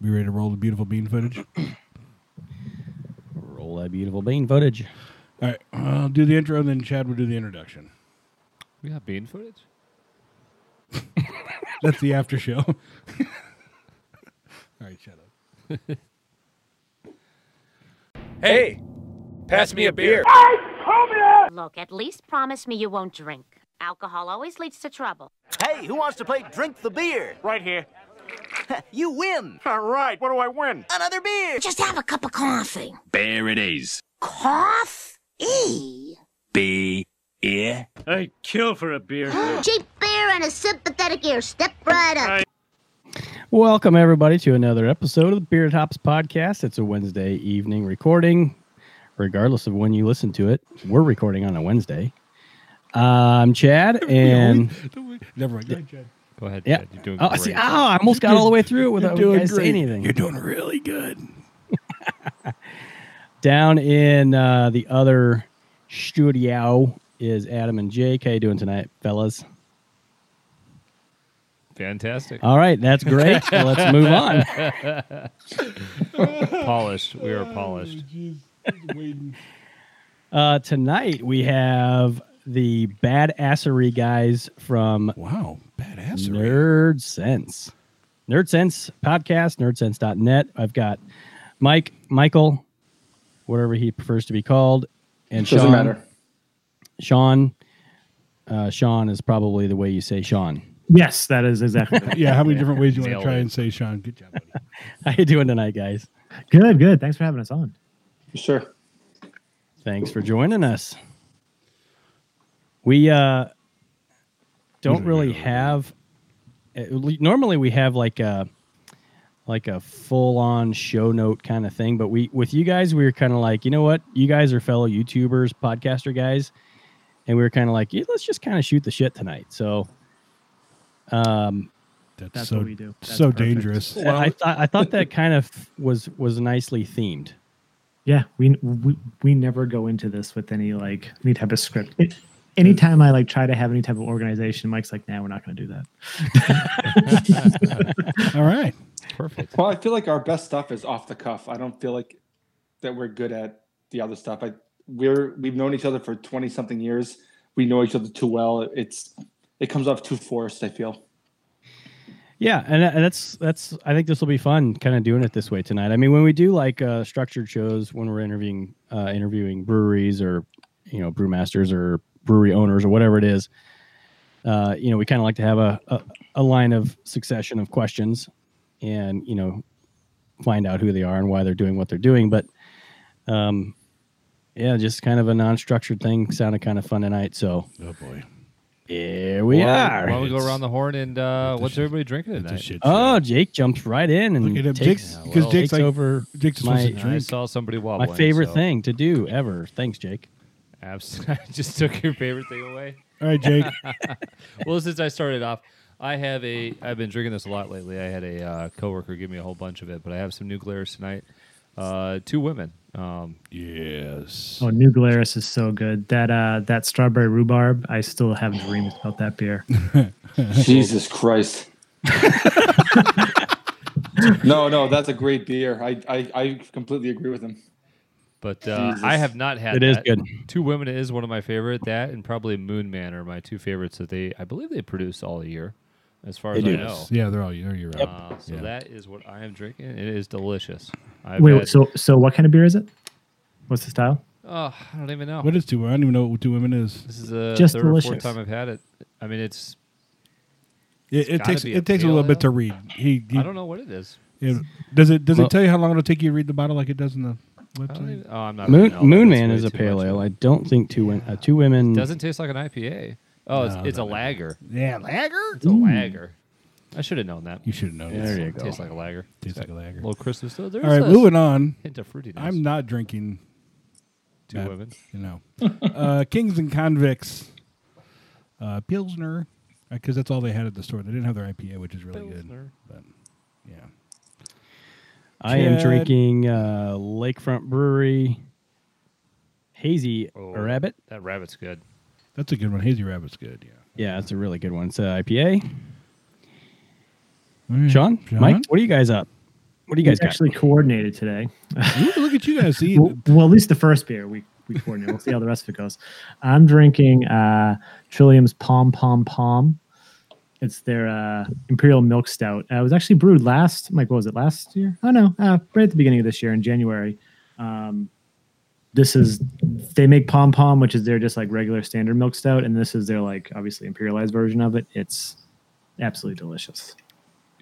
We ready to roll the beautiful bean footage? All Roll that beautiful bean footage. right, I'll do the intro, then Chad will do the introduction. We have bean footage. That's the after show. All right, shut up. Hey, pass me a beer. Look, at least promise me you won't drink. Alcohol always leads to trouble. Hey, who wants to play drink the beer? Right here. You win. All right, what do I win? Another beer. Just have a cup of coffee. There it is. Coffee? Be ear. I'd kill for a beer. Cheap beer and a sympathetic ear. Step right up. Welcome, everybody, to another episode of the Beard Hops Podcast. It's a Wednesday evening recording. Regardless of when you listen to it, we're recording on a Wednesday. I'm Chad, and Never mind. Go ahead, Chad. Go ahead. yeah, Chad, You're doing oh, great. see, oh, I almost got all the way through it without you doing guys great. saying anything. You're doing really good. Down in uh, the other studio is Adam and Jake. How you doing tonight, fellas? Fantastic. All right, that's great. Well, let's move on. polished. We are polished. Uh, tonight we have the badassery guys from Wow, badassery. Nerd Sense. Nerd Sense podcast, nerdsense.net. I've got Mike, Michael, whatever he prefers to be called, and Sean. Doesn't matter. Sean. Uh, Sean is probably the way you say Sean. Yes, that is exactly. Yeah, how many different ways you want to Nailed try it. and say Sean? Good job, buddy. How you doing tonight, guys? Good, good. Thanks for having us on. sure. Thanks for joining us. We uh, don't really have. at le- Normally, we have like a like a full on show note kind of thing, but we with you guys, we were kind of like, you know what, you guys are fellow YouTubers, podcaster guys, and we were kind of like, yeah, let's just kind of shoot the shit tonight. So. Um, That's, That's so, what we do. That's so perfect. dangerous. I thought I thought that kind of was was nicely themed. Yeah, we we, we never go into this with any like any type of script. It, anytime I like try to have any type of organization, Mike's like, "Nah, we're not going to do that." All right. Perfect. Well, I feel like our best stuff is off the cuff. I don't feel like that we're good at the other stuff. I we're we've known each other for twenty something years. We know each other too well. It's it comes off too forced. I feel. Yeah, and, and that's that's. I think this will be fun, kind of doing it this way tonight. I mean, when we do like uh, structured shows, when we're interviewing uh, interviewing breweries or you know brewmasters or brewery owners or whatever it is, uh, you know, we kind of like to have a, a a line of succession of questions, and you know, find out who they are and why they're doing what they're doing. But um, yeah, just kind of a non structured thing sounded kind of fun tonight. So Oh boy. here we Why- are. Why don't we go around the horn and uh, It's a what's shit. everybody drinking It's a tonight? shit show. Oh, Jake jumps right in and Look at him, takes, Jake's Yeah, because well, Jake's takes like over Jake's just my- supposed to I drink. saw somebody my wobbling. favorite so- thing to do ever. Thanks, Jake. Abs- I just took your favorite thing away. All right, Jake. Well, since I started off, I have a. I've been drinking this a lot lately. I had a uh, coworker give me a whole bunch of it, but I have some new glares tonight. Uh, two women. Um, yes. Oh, New Glarus is so good. That uh that strawberry rhubarb, I still have dreams about that beer. Jesus Christ. no, no, that's a great beer. I, I I completely agree with him. but uh, I have not had. It is that. good. Two Women is one of my favorite. That and probably Moon Man are my two favorites that they, I believe they produce all year, as far as I know. Yeah, they're all year round. Uh, so Yeah. that is what I am drinking. It is delicious. I've Wait, had- so so what kind of beer is it? What's the style? oh, I don't even know. What is two women? I don't even know what two women is. this is the Just third or fourth delicious. time I've had it. I mean, it's It, it gotta takes be it a takes a little pale ale. bit to read. He, he I don't know what it is. you know, does it does Well- it tell you how long it'll take you to read the bottle like it does in the I don't website? even, oh, I'm not. Moon, reading all that. Moon That's Man way is a too pale much. ale. I don't think two win, uh, two women. Doesn't taste like an IPA. Oh, it's, No, it's a no, no. lager. Yeah, lager. It's a lager. I should have known that. You should have known. There you go. Tastes like a lager. Tastes like a lager. little Christmas. So there's All right, a moving on. hint of fruitiness. I'm not drinking. two bad. women. You know, uh, Kings and Convicts, uh, Pilsner, because that's all they had at the store. They didn't have their IPA, which is really Pilsner. good. But yeah, I am Chad. drinking uh, Lakefront Brewery Hazy Oh. Rabbit. That rabbit's good. that's a good one. Hazy Rabbit's good. Yeah. Yeah, that's a really good one. It's an IPA. Sean, Sean? Mike, what are you guys up? What do you guys we got? actually coordinated today. Ooh, look at you guys. See, well, well, at least the first beer we we coordinated. We'll see how the rest of it goes. I'm drinking uh, Trillium's Pom Pom Pom. It's their uh, Imperial Milk Stout. Uh, it was actually brewed last, Mike, what was it, last year? Oh, no, uh, right at the beginning of this year in January. Um, this is, they make Pom Pom, which is their just like regular standard milk stout. And this is their like, obviously, imperialized version of it. It's absolutely delicious.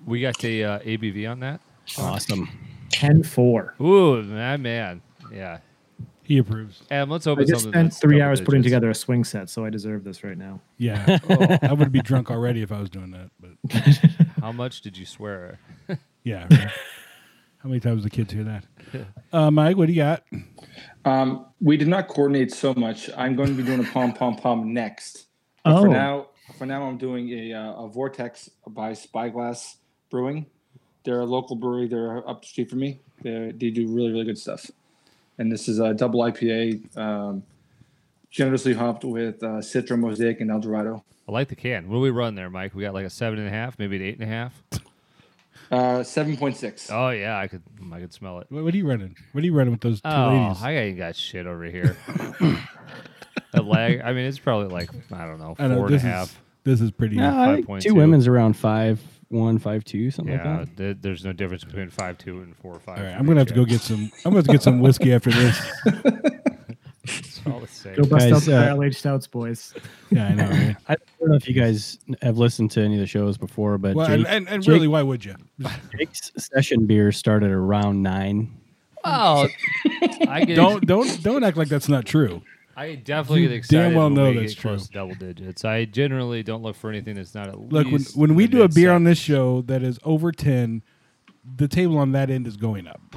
We got the uh, ABV on that. Awesome. 10 4. Ooh, man, man. Yeah. he approves. And let's I open just something. spent that's three double hours putting digits. together a swing set, so I deserve this right now. Yeah, I would be drunk already if I was doing that. But How much did you swear? yeah, right. how many times do the kids hear that? Uh, Mike, what do you got? Um, we did not coordinate so much. I'm going to be doing a pom pom pom next. But For Oh. now, for now, I'm doing a, uh, a Vortex by Spyglass Brewing. They're a local brewery. They're up the street from me. They're, they do really really good stuff. And this is a double IPA, um, generously hopped with uh, Citra, Mosaic, and El Dorado. I like the can. What do we run there, Mike? We got like a seven and a half, maybe an eight and a half. Uh, Seven point six. Oh yeah, I could, I could smell it. What, what are you running? What are you running with those two Oh, ladies? I ain't got shit over here. a lag. I mean, it's probably like I don't know, I four know, and a half. this is this is pretty. No, I think 5.2. two women's around five one, five two, something Yeah, like that. th- there's no difference between five two and four five. All right, I'm gonna have to go get some. I'm gonna have to get some whiskey after this. It's all the same. Go bust Guys, out the uh, barrel aged stouts, boys. Yeah, I know. Right? I don't know if you guys have listened to any of the shows before, but Well, Jake, and, and, and Jake- really, why would you? Jake's session beer started around nine. Oh, I get Don't don't don't act like that's not true. I definitely get damn excited. well when know we that's get close true. to double digits. I generally don't look for anything that's not at Look, when, least when we in the do a beer on mid-sevens. this show that is over ten, the table on that end is going up.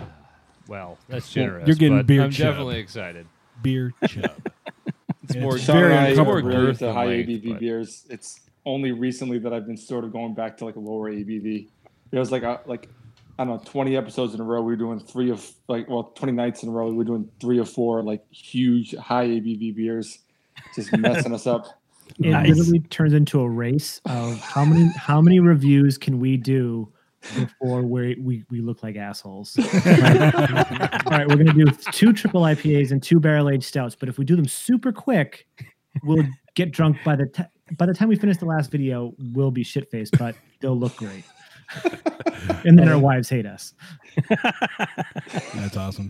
well, that's generous. you're getting but beer I'm chug. definitely excited. Beer chub. It's Yeah, more it's Sean very and I are uncomfortable. really girth into than high length, ABV but- beers. It's only recently that I've been sort of going back to like a lower ABV. There was like a like I don't know, twenty episodes in a row. We were doing three of like well, twenty nights in a row. We were doing three or four like huge high ABV beers, just messing us up. It Nice. literally turns into a race of how many how many reviews can we do before we we, we look like assholes. All right, we're gonna do two triple IPAs and two barrel aged stouts, but if we do them super quick, we'll get drunk by the ti- by the time we finish the last video. We'll be shit faced, but they'll look great. and then our wives hate us. That's awesome.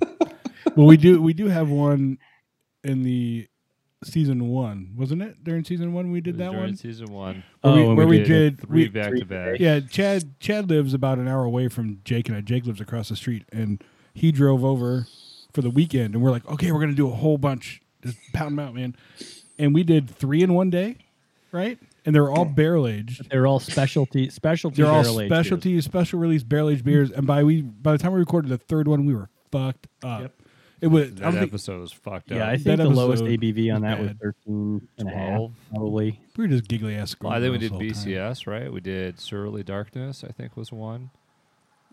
well, we do we do have one in the season one, wasn't it? During season one, we It did was that during one. season one. Where Oh, we- when where we did- three we- back to back. Yeah, Chad. Chad lives about an hour away from Jake and I. Jake lives across the street, and he drove over for the weekend. And we're like, okay, we're gonna do a whole bunch, just pound them out, man. And we did three in one day, right? And they're all barrel aged. They're all specialty specialty. They're all barrel-aged specialty, special release barrel aged beers. And by we by the time we recorded the third one, we were fucked up. It was I That don't think- episode was fucked beers. up. Yeah, I That think the lowest episode ABV on was that was bad. 13 and a half, 12. probably. we were just giggly ass. Well, I think we girls the did whole time. BCS, right? We did Surly Darkness, I think was one.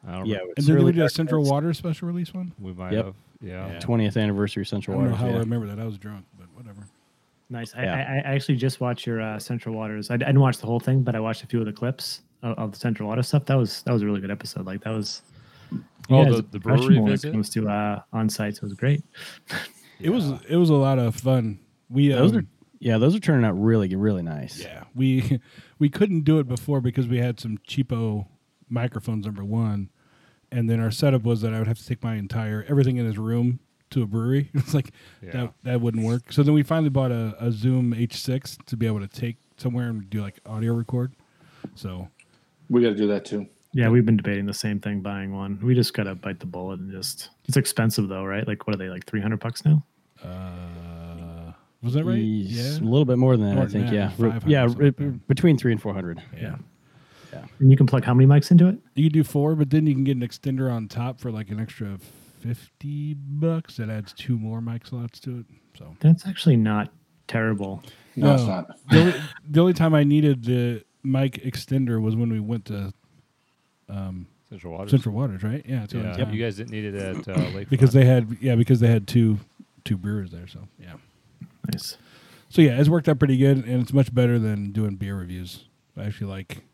I don't Yeah, remember. And then did we did a Central Water special release one. We might Yep. have. Yeah. 20th anniversary I Central don't know Waters. how I yeah. remember that. I was drunk, but whatever. Nice. I, Yeah. I, I actually just watched your uh, Central Waters. I, I didn't watch the whole thing, but I watched a few of the clips of, of the Central Waters stuff. That was that was a really good episode. Like that was. you Oh, guys the- are the brewery professional when visit? it comes to uh, on sites. It was great. It was it was a lot of fun. We Those um, are yeah, those are turning out really really nice. yeah we we couldn't do it before because we had some cheapo microphones number one, and then our setup was that I would have to take my entire everything in this room to a brewery. It's like Yeah. that that wouldn't work. So then we finally bought a, a Zoom H6 to be able to take somewhere and do like audio record. So We got to do that too. Yeah, we've been debating the same thing, buying one. We just gotta bite the bullet and just. It's expensive though, right? Like what are they like three hundred bucks now? uh, was that right? He's Yeah. A little bit more than that, More I than think. that, yeah, like Re- 500 yeah, something. re- between three and four hundred. Yeah. And you can plug how many mics into it? You can do four, but then you can get an extender on top for like an extra fifty bucks. That adds two more mic slots to it. So That's actually not terrible. No, it's No. not. the, only, the only time I needed the mic extender was when we went to Central Waters. Central Waters, right? Yeah, it's the only Yeah. time. You guys didn't need it at uh, Lake because they had yeah because they had two two brewers there. So yeah, Nice. so yeah, it's worked out pretty good, and it's much better than doing beer reviews. I actually like talking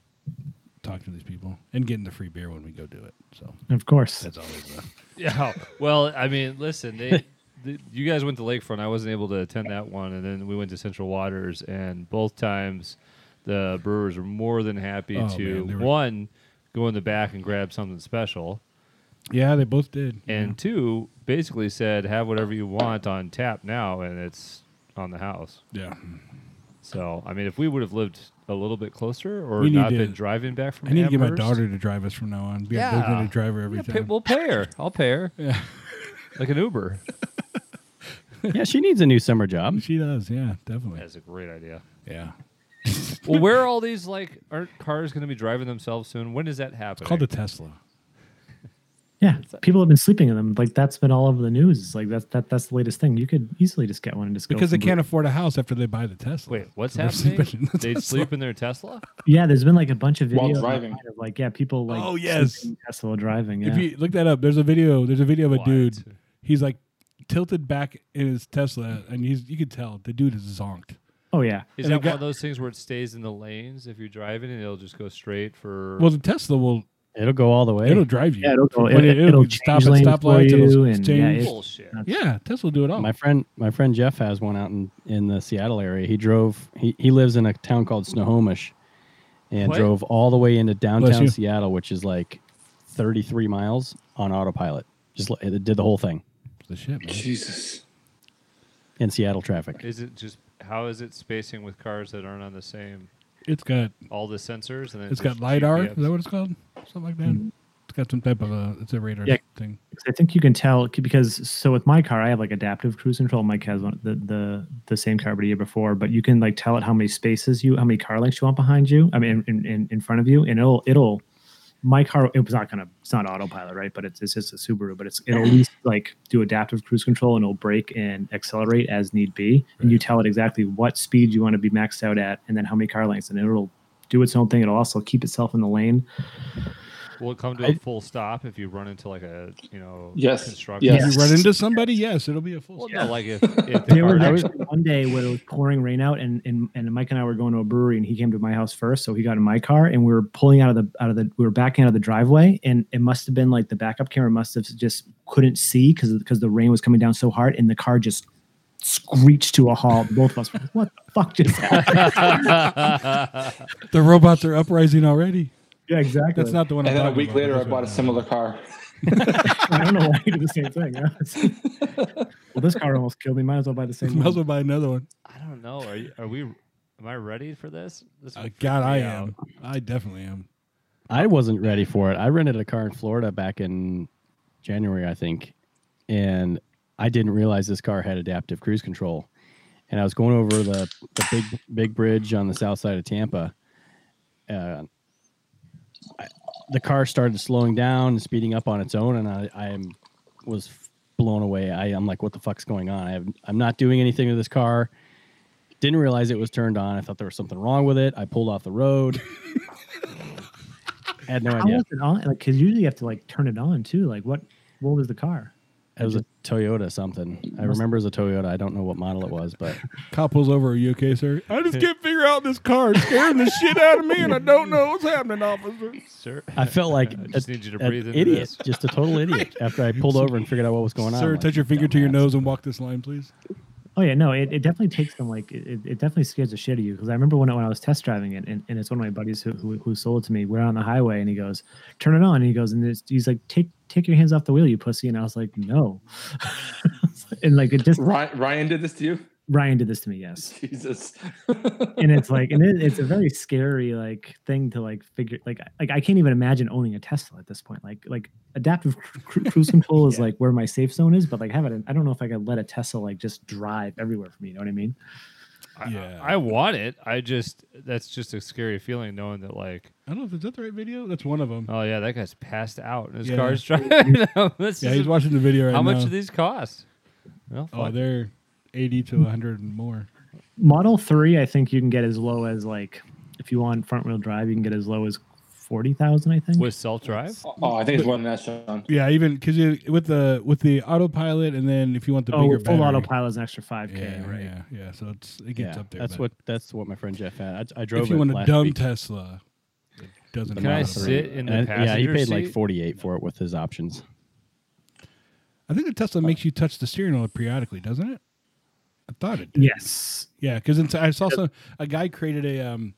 talking to these people and getting the free beer when we go do it. So Of course. that's always. Uh, Yeah. Well, I mean, listen, they, the, you guys went to Lakefront. I wasn't able to attend that one, and then we went to Central Waters, and both times the brewers were more than happy Oh, to man, they were- one go in the back and grab something special, yeah, they both did. and two basically said have whatever you want on tap now, and it's on the house. yeah, So I mean, if we would have lived a little bit closer or We need not to- been driving back from, I need to get my Amherst- daughter to drive us from now on. Be a Yeah. designated driver every Yeah, pay- time. we'll pay her. I'll pay her. Yeah. Like an Uber. yeah, she needs a new summer job. she does. Yeah, definitely. That's a great idea. Yeah. Well, where are all these like aren't cars going to be driving themselves soon? When does that happen? Called a Tesla. Yeah, people have been sleeping in them. Like that's been all over the news. It's Like that's that that's the latest thing. You could easily just get one and just go Because they from- can't afford a house after they buy the Tesla. Wait, what's So they're happening? sleeping in the they Tesla. sleep in their Tesla. Yeah, there's been like a bunch of While videos driving. online of, like yeah, people like Oh, yes. sleeping in Tesla while driving. Yeah. If you look that up, there's a video. There's a video of a Why? dude. He's like tilted back in his Tesla, and he's you could tell the dude is zonked. oh yeah. Is And that I got- one of those things where it stays in the lanes if you're driving and it'll just go straight for? Well, the Tesla will It'll go all the way. it'll drive you. Yeah, it'll go. When It, it- it, it'll will stop change at lanes stop for lights, it'll you, and change- yeah, it- bullshit. yeah, Tesla will do it Oh. all. my friend my friend jeff has one out in, in the seattle area he drove he, he lives in a town called snohomish and What? drove all the way into downtown you. seattle which is like 33 miles on autopilot just li- it did the whole thing the shit, man. Jesus. in seattle traffic Is it just how is it spacing with cars that aren't on the same? It's got All the sensors and then it's got just lidar. Is GPS? that what it's called? Something like that. It's got some type of a it's a radar Mm-hmm. Yeah. thing. 'Cause I think you can tell c- because so with my car, I have like adaptive cruise control. Mike has one, the the the same car, but a year before. But you can like tell it how many spaces you, how many car lengths you want behind you. I mean, in in, in front of you, and it'll it'll. My car, it was not gonna. It's not autopilot, right? But it's, it's just a Subaru. But it's it'll at least like do adaptive cruise control, and it'll brake and accelerate as need be. And you tell it exactly what speed you want to be maxed out at, and then how many car lengths, and it'll do its own thing. It'll also keep itself in the lane. Will Oh. it come to a full stop if you run into like a you know Yes. construction? Yes. You run into somebody, yes, it'll be a full. Well, stop. no, like if, if the There car was does- actually one day where it was pouring rain out, and, and and Mike and I were going to a brewery, and he came to my house first, so he got in my car, and we were pulling out of the out of the we were backing out of the driveway, and it must have been like the backup camera must have just couldn't see because because the rain was coming down so hard, and the car just screeched to a halt. Both of us, were like, what the fuck just happened? The robots are uprising already. yeah, exactly. That's not the one. I'm And then a talking week about, but later, I that's what bought a similar car. I don't know why you did the same thing. yeah. It's- well, this car almost killed me. Might as well buy the same. Might as one. well buy another one. I don't know. Are you, are we? Am I ready for this? This Uh, would God, freak I me am. out. I definitely am. i wasn't ready for it i rented a car in florida back in january i think and i didn't realize this car had adaptive cruise control and i was going over the, the big big bridge on the south side of tampa uh, the car started slowing down and speeding up on its own, and I, I am, was blown away. I, I'm like, what the fuck's going on? I have, I'm not doing anything to this car. Didn't realize it was turned on. I thought there was something wrong with it. I pulled off the road. had no How idea. was it on? Like, because usually you have to like turn it on too. Like, what what was the car? It was a Toyota something. I remember it was a Toyota. I don't know what model it was, but Cop pulls over. Are you okay, sir? I just can't figure out this car. It's scaring the shit out of me, and I don't know what's happening, officer. Sir, I felt like I just need you to an breathe into idiot, this. just a total idiot. After I pulled over and figured out what was going on, sir, I'm like, touch your finger to your dumbass. nose and walk this line, please. Oh yeah, no, it, it definitely takes them like it, it it definitely scares the shit out of you because I remember when I, when I was test driving it and, and it's one of my buddies who, who who sold it to me. We're on the highway and he goes, "Turn it on," and he goes and it's, he's like, "Take take your hands off the wheel, you pussy," and I was like, "No," and like it just Ryan, Ryan did this to you? Ryan did this to me, yes, Jesus. and it's like and it, it's a very scary like thing to like figure like like I can't even imagine owning a Tesla at this point. Like like adaptive cru- cru- cruise control is like where my safe zone is, but like have it, I don't know if I could let a Tesla like just drive everywhere for me. You know what I mean? I, Yeah. I want it. I just that's just a scary feeling knowing that like, I don't know if is that the right video. That's one of them. oh yeah, that guy's passed out and his Yeah. car's driving. him. This yeah, is- he's watching the video right how now. much do these cost? Well, Oh, fuck. they're eighty to hundred and more. Model three, I think you can get as low as like if you want front wheel drive, you can get as low as forty thousand. I think. with self drive. Oh, I think it's one that, Sean. Yeah, even because with the with the autopilot, and then if you want the oh, bigger with full battery. autopilot is an extra five k. Yeah, right. yeah, yeah. So it's it gets yeah, up there. That's but what that's what my friend Jeff had. I, I drove. If you it want a last dumb week. Tesla, doesn't. Can I have it. sit in the And- passenger yeah, he paid like seat? forty eight for it with his options. I think the Tesla makes Uh, you touch the steering wheel periodically, doesn't it? I thought it did. Yes. Yeah, because I saw some, a guy created a um,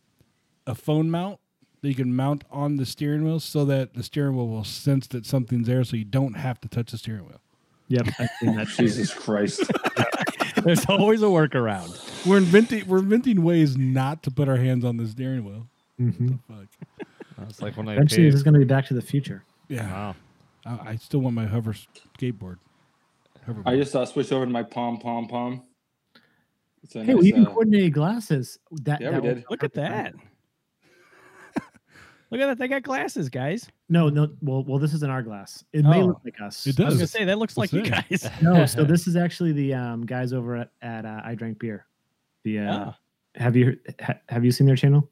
a phone mount that you can mount on the steering wheel so that the steering wheel will sense that something's there, so you don't have to touch the steering wheel. Yep. I've seen that too. Jesus Christ. There's always a workaround. We're inventing we're inventing ways not to put our hands on the steering wheel. Mhm. Fuck. That's like when I Eventually, paid. this is going to be Back to the Future. Yeah, Wow. I, I still want my hover skateboard. Hoverboard. I just uh, switched over to my pom pom pom. It's a Hey, nice, we even uh, coordinated glasses. That, Yeah, that we was- did. Look at that. Look at that. They got glasses, guys. No, no. Well, well, this isn't our glass. It may Oh. look like us. It I was does. gonna say that looks like What's you that? guys. No, so this is actually the um, guys over at, at uh, I Drank Beer. The uh, Ah. have you ha, have you seen their channel?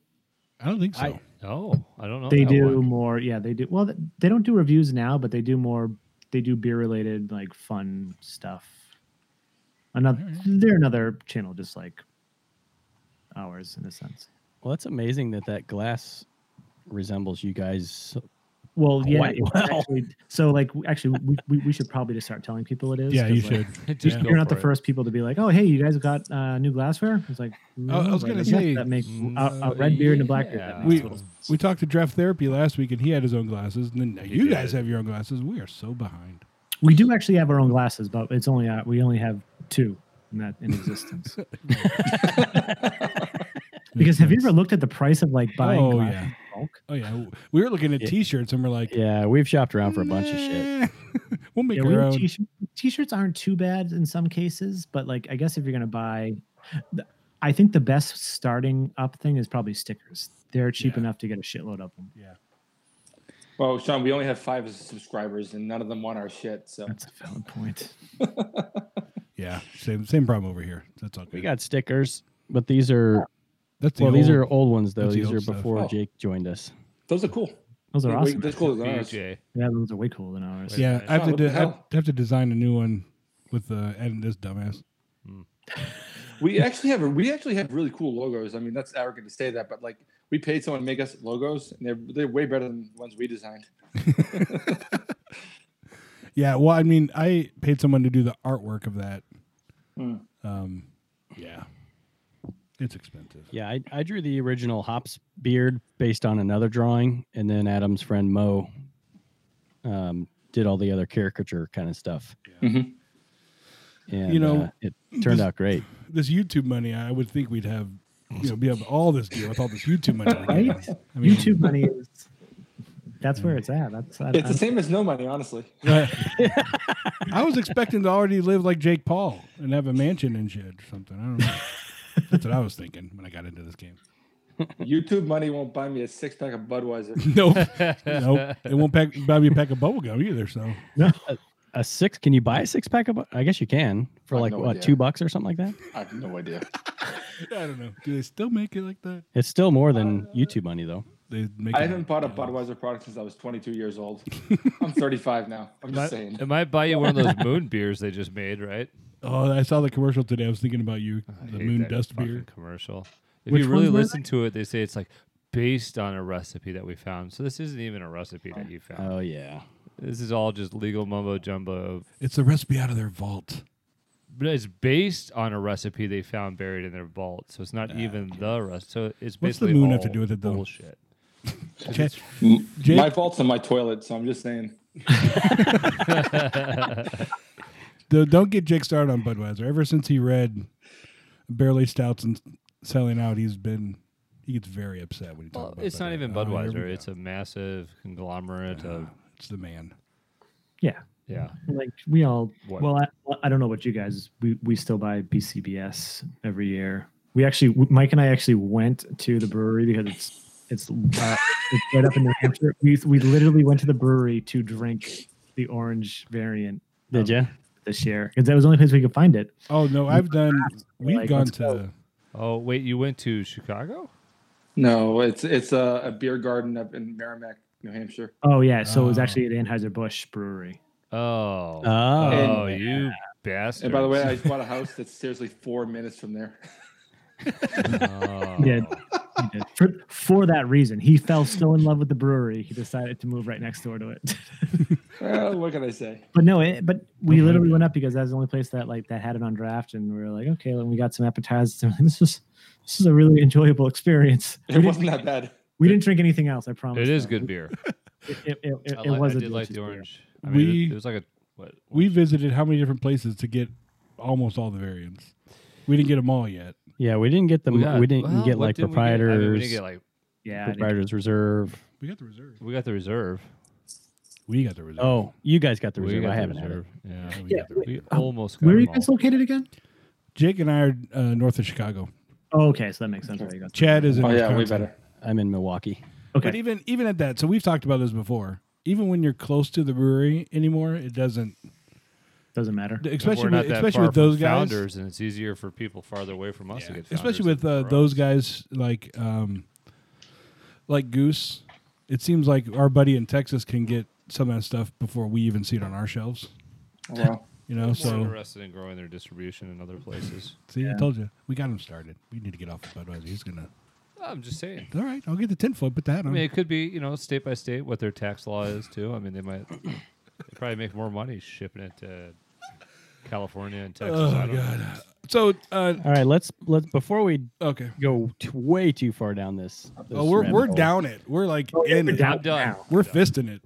I don't think so. I- Oh, I don't know. they that do one. more. Yeah, they do. Well, th- they don't do reviews now, but they do more. They do beer related like fun stuff. Another, they're another channel, just like ours in a sense. Well, that's amazing that that glass resembles you guys. Well, yeah. Quite it's well. actually- so, like, actually, we, we, we should probably just start telling people it is. yeah, 'cause, you like, should. Just Yeah. go You're not the for it. first people to be like, "Oh, hey, you guys got uh, new glassware." It's like, I was like, gonna yes, say, that makes mm, a, a red beer and a black beer. yeah. That we makes total- we talked to draft therapy last week, and he had his own glasses, and then now you did. guys have your own glasses. We are so behind. we do actually have our own glasses, but it's only uh, we only have two in that in existence. because have you ever looked at the price of like buying Oh, glasses yeah. in bulk? Oh yeah, we were looking at T-shirts, and we're like, Yeah, we've shopped around for a bunch of shit. Mm. "Nah, we'll make Yeah, we our have own. t-shirt, t-shirts aren't too bad in some cases, but like I guess if you're gonna buy, th- I think the best starting up thing is probably stickers. They're cheap Yeah. enough to get a shitload of them. well, Sean, we only have five subscribers and none of them want our shit. So That's a valid point. Yeah, same same problem over here. That's all good. We got stickers, but these are That's the well, these old- are old ones though. that's the These old are stuff. before Oh. Jake joined us. those are cool. Those are Wait, awesome. wait, That's cool. than ours. BJ. Yeah, those are way cooler than ours. Yeah, I have Oh, to what do, the I have, hell? I have to design a new one with uh, adding this dumbass. We actually have a, we actually have really cool logos. I mean, that's arrogant to say that, but like we paid someone to make us logos, and they're they're way better than the ones we designed. Yeah, well, I mean, I paid someone to do the artwork of that. Hmm. Um, yeah, it's expensive. Yeah, I, I drew the original Hops beard based on another drawing, and then Adam's friend Mo um, did all the other caricature kind of stuff. Mhm. And Mm-hmm. You know, uh, it turned this- out great. This YouTube money, I would think we'd have, you know, be able to all this deal with all this YouTube money. we Right? get. I mean, YouTube money is that's where it's at. That's I, It's I- the same as no money, honestly. I was expecting to already live like Jake Paul and have a mansion and shit or something. I don't know. That's what I was thinking when I got into this game. YouTube money won't buy me a six pack of Budweiser. Nope, nope. It won't pack, buy me a pack of bubble gum either. So A six? Can you buy a six pack of? bu- I guess you can for I've like no what idea. two bucks or something like that. I have no idea. I don't know. Do they still make it like that? It's still more Uh, than YouTube money though. They make. I it- haven't bought a Budweiser product since I was 22 years old. I'm 35 now. I'm just saying. It might buy you one of those moon beers they just made, right? Oh, I saw the commercial today. I was thinking about you, I the hate moon that dust fucking beer. commercial. If Which you really ones were listen to it, they say it's like based on a recipe that we found. So this isn't even a recipe that you found. Oh yeah. This is all just legal mumbo jumbo. It's a recipe out of their vault. But it's based on a recipe they found buried in their vault. So it's Ah, not even the recipe. So it's What's the basically moon have to all do with it, though? Bullshit. Ch- Jake- My fault's in my toilet, so I'm just saying. though, don't get Jake started on Budweiser. Ever since he read Barely Stouts and selling out, he's been he gets very upset when he talks Well, about. it's not Budweiser. even Oh, here we Budweiser. go. Ah, it's a massive conglomerate of it's the man. yeah. yeah. Like we all What? well, I, well, I don't know about you guys. We we still buy BCBS every year. We actually Mike and I actually went to the brewery because it's it's, uh, it's right up in New Hampshire. We we literally went to the brewery to drink the orange variant Did Um, you? this year because that was the only place we could find it. Oh no, I've done. We've Like, gone let's to. go. Oh wait, you went to Chicago? No, it's it's a, a beer garden up in Merrimack, New Hampshire. Oh yeah, so it was Oh. actually at Anheuser Busch Brewery. Oh. Oh. Oh, you bastard. And by the way, Oh. I bought a house that's seriously four minutes from there. Yeah, He did. For, for that reason, he fell so in love with the brewery, he decided to move right next door to it. Well, what can I say? but no, it, but we Mm-hmm. literally went up because that was the only place that like that had it on draft, and we were like, okay, and we got some appetizers. And this was this is a really enjoyable experience. We It didn't, wasn't that bad. we didn't drink anything else. I promise. It is though. good beer. It, it, it, it, I, it like, was I a did like delicious the beer. orange. I mean, We- it, it was like a what? We visited how many different places to get almost all the variants. We didn't get them all yet. Yeah, we didn't get the got- we didn't well, get what like didn't we get? I mean, proprietors, we didn't get like Yeah, I didn't- proprietors reserve. We got the reserve. we got the reserve. We got the reserve. Oh, you guys got the We reserve. got I the haven't had it. reserve. Yeah, we, Yeah, got the- wait, we um, almost got Where are you them all. guys located again? Jake and I are uh, north of Chicago. Oh, okay, so that makes sense. Where you guys- Chad is in. Oh yeah, way Wisconsin. better. I'm in Milwaukee. Okay, But even even at that, so we've talked about this before. Even when you're close to the brewery anymore, it doesn't. doesn't matter. But Especially we're not with, that especially far with those from guys. founders, and it's easier for people farther away from us to get. especially founders with than uh, for those us. guys like um, like Goose. It seems like our buddy in Texas can get some of that stuff before we even see it on our shelves. Oh, well. You know, More so interested in growing their distribution in other places. see, I told you we got him started. We need to get off of Budweiser. He's gonna. I'm just saying. All right, I'll get the tinfoil. Put that I on. mean, it could be you know state by state what their tax law is too. I mean, they might they probably make more money shipping it to California and Texas. oh I my don't know. god. So uh, All right, let's let's before we okay. go t- way too far down this. this Oh, we're rabbit we're hole. down it. We're like Oh, yeah, in we're it. down I'm done. now. We're fisting it.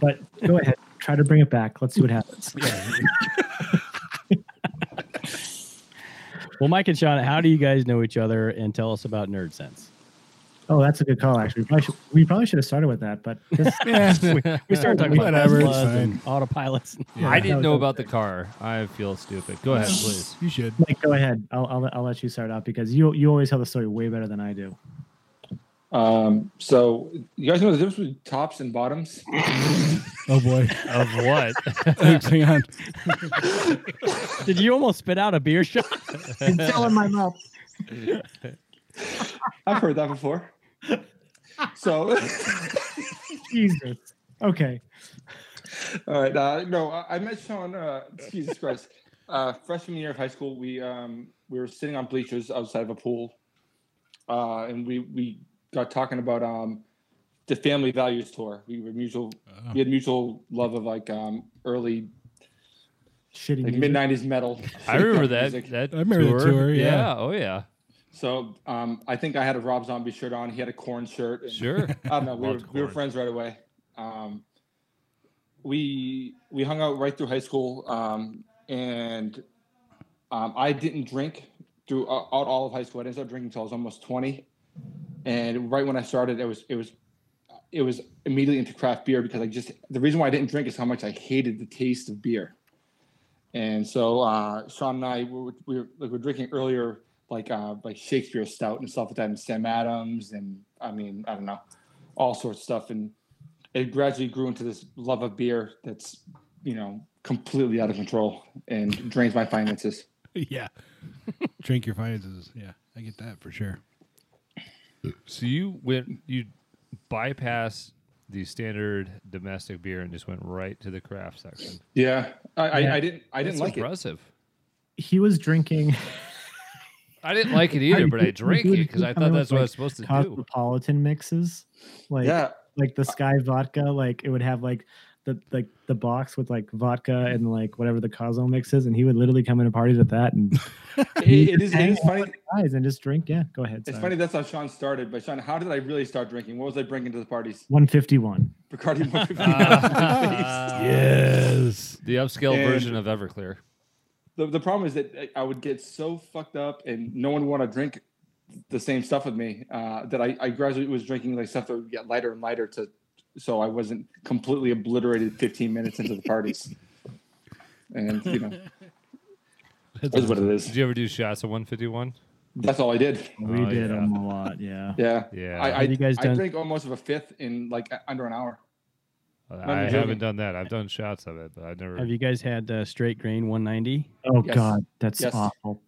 But go ahead, try to bring it back. Let's see what happens. Well, Mike and Sean, how do you guys know each other? And tell us about Nerd Sense. Oh, that's a good call. Actually, we probably should, we probably should have started with that, but this, We started talking about Whatever, it's Teslas and autopilots. I didn't know about the car. I feel stupid. Go ahead, please. You should. Mike, go ahead. I'll, I'll I'll let you start out because you you always tell the story way better than I do. Um, so you guys know the difference between tops and bottoms. Oh boy. Of what? Hang on. Did you almost spit out a beer shot? I've heard that before. So, Jesus. Okay. all right, uh, no, I, I met Sean. Uh, Jesus Christ, uh, freshman year of high school, we um, we were sitting on bleachers outside of a pool, uh, and we we got talking about um, the family values tour. We were mutual. We had mutual love of like um, early Shitty. like music. mid '90s metal. I remember that Music. that I remember the tour, yeah. Oh yeah. So um, I think I had a Rob Zombie shirt on. He had a corn shirt. and- Sure. I don't know. Oh, We were, Loved we were corn. friends right away. Um, we we hung out right through high school, um, and um, I didn't drink throughout all of high school. I didn't start drinking until I was almost twenty, and right when I started, it was it was it was immediately into craft beer because I just the reason why I didn't drink is how much I hated the taste of beer. And so uh, Sean and I we were, we were like we were drinking earlier like uh, like Shakespeare stout and stuff like that, and Sam Adams, and I mean I don't know all sorts of stuff and it gradually grew into this love of beer that's you know completely out of control and drains my finances yeah. Drink your finances. Yeah, I get that for sure. So you went you bypassed the standard domestic beer and just went right to the craft section. yeah i, Yeah. I, I didn't i didn't That's like impressive. He was drinking I didn't like it either, but I you drank would it because do I thought something that's with, what I was supposed to do. cosmopolitan mixes, it like yeah like the Sky Vodka. Like it would have like the like the box with like vodka and like whatever the Cosmo mix is, and he would literally come into parties with that and it, it is it is funny guys and just drink. Yeah, go ahead. it's funny that's how sean started but sean how did i really start drinking what was i bringing to the parties One fifty one. Bacardi 150 Yes. The upscale And- version of Everclear. the, the problem is that I would get so fucked up and no one want to drink the same stuff with me uh, that I, I gradually was drinking like stuff that would get lighter and lighter to so I wasn't completely obliterated 15 minutes into the parties. And you know, that's what it Did is. you ever do shots of 151? That's all I did. We Oh, did yeah. them a lot. Yeah. Yeah, Yeah. I I, Have you guys I done- drank almost of a fifth in like a- under an hour. I joking. haven't done that. I've done shots of it, but I've never. Have you guys had uh, straight grain 190? Oh Yes. God, that's Yes. awful.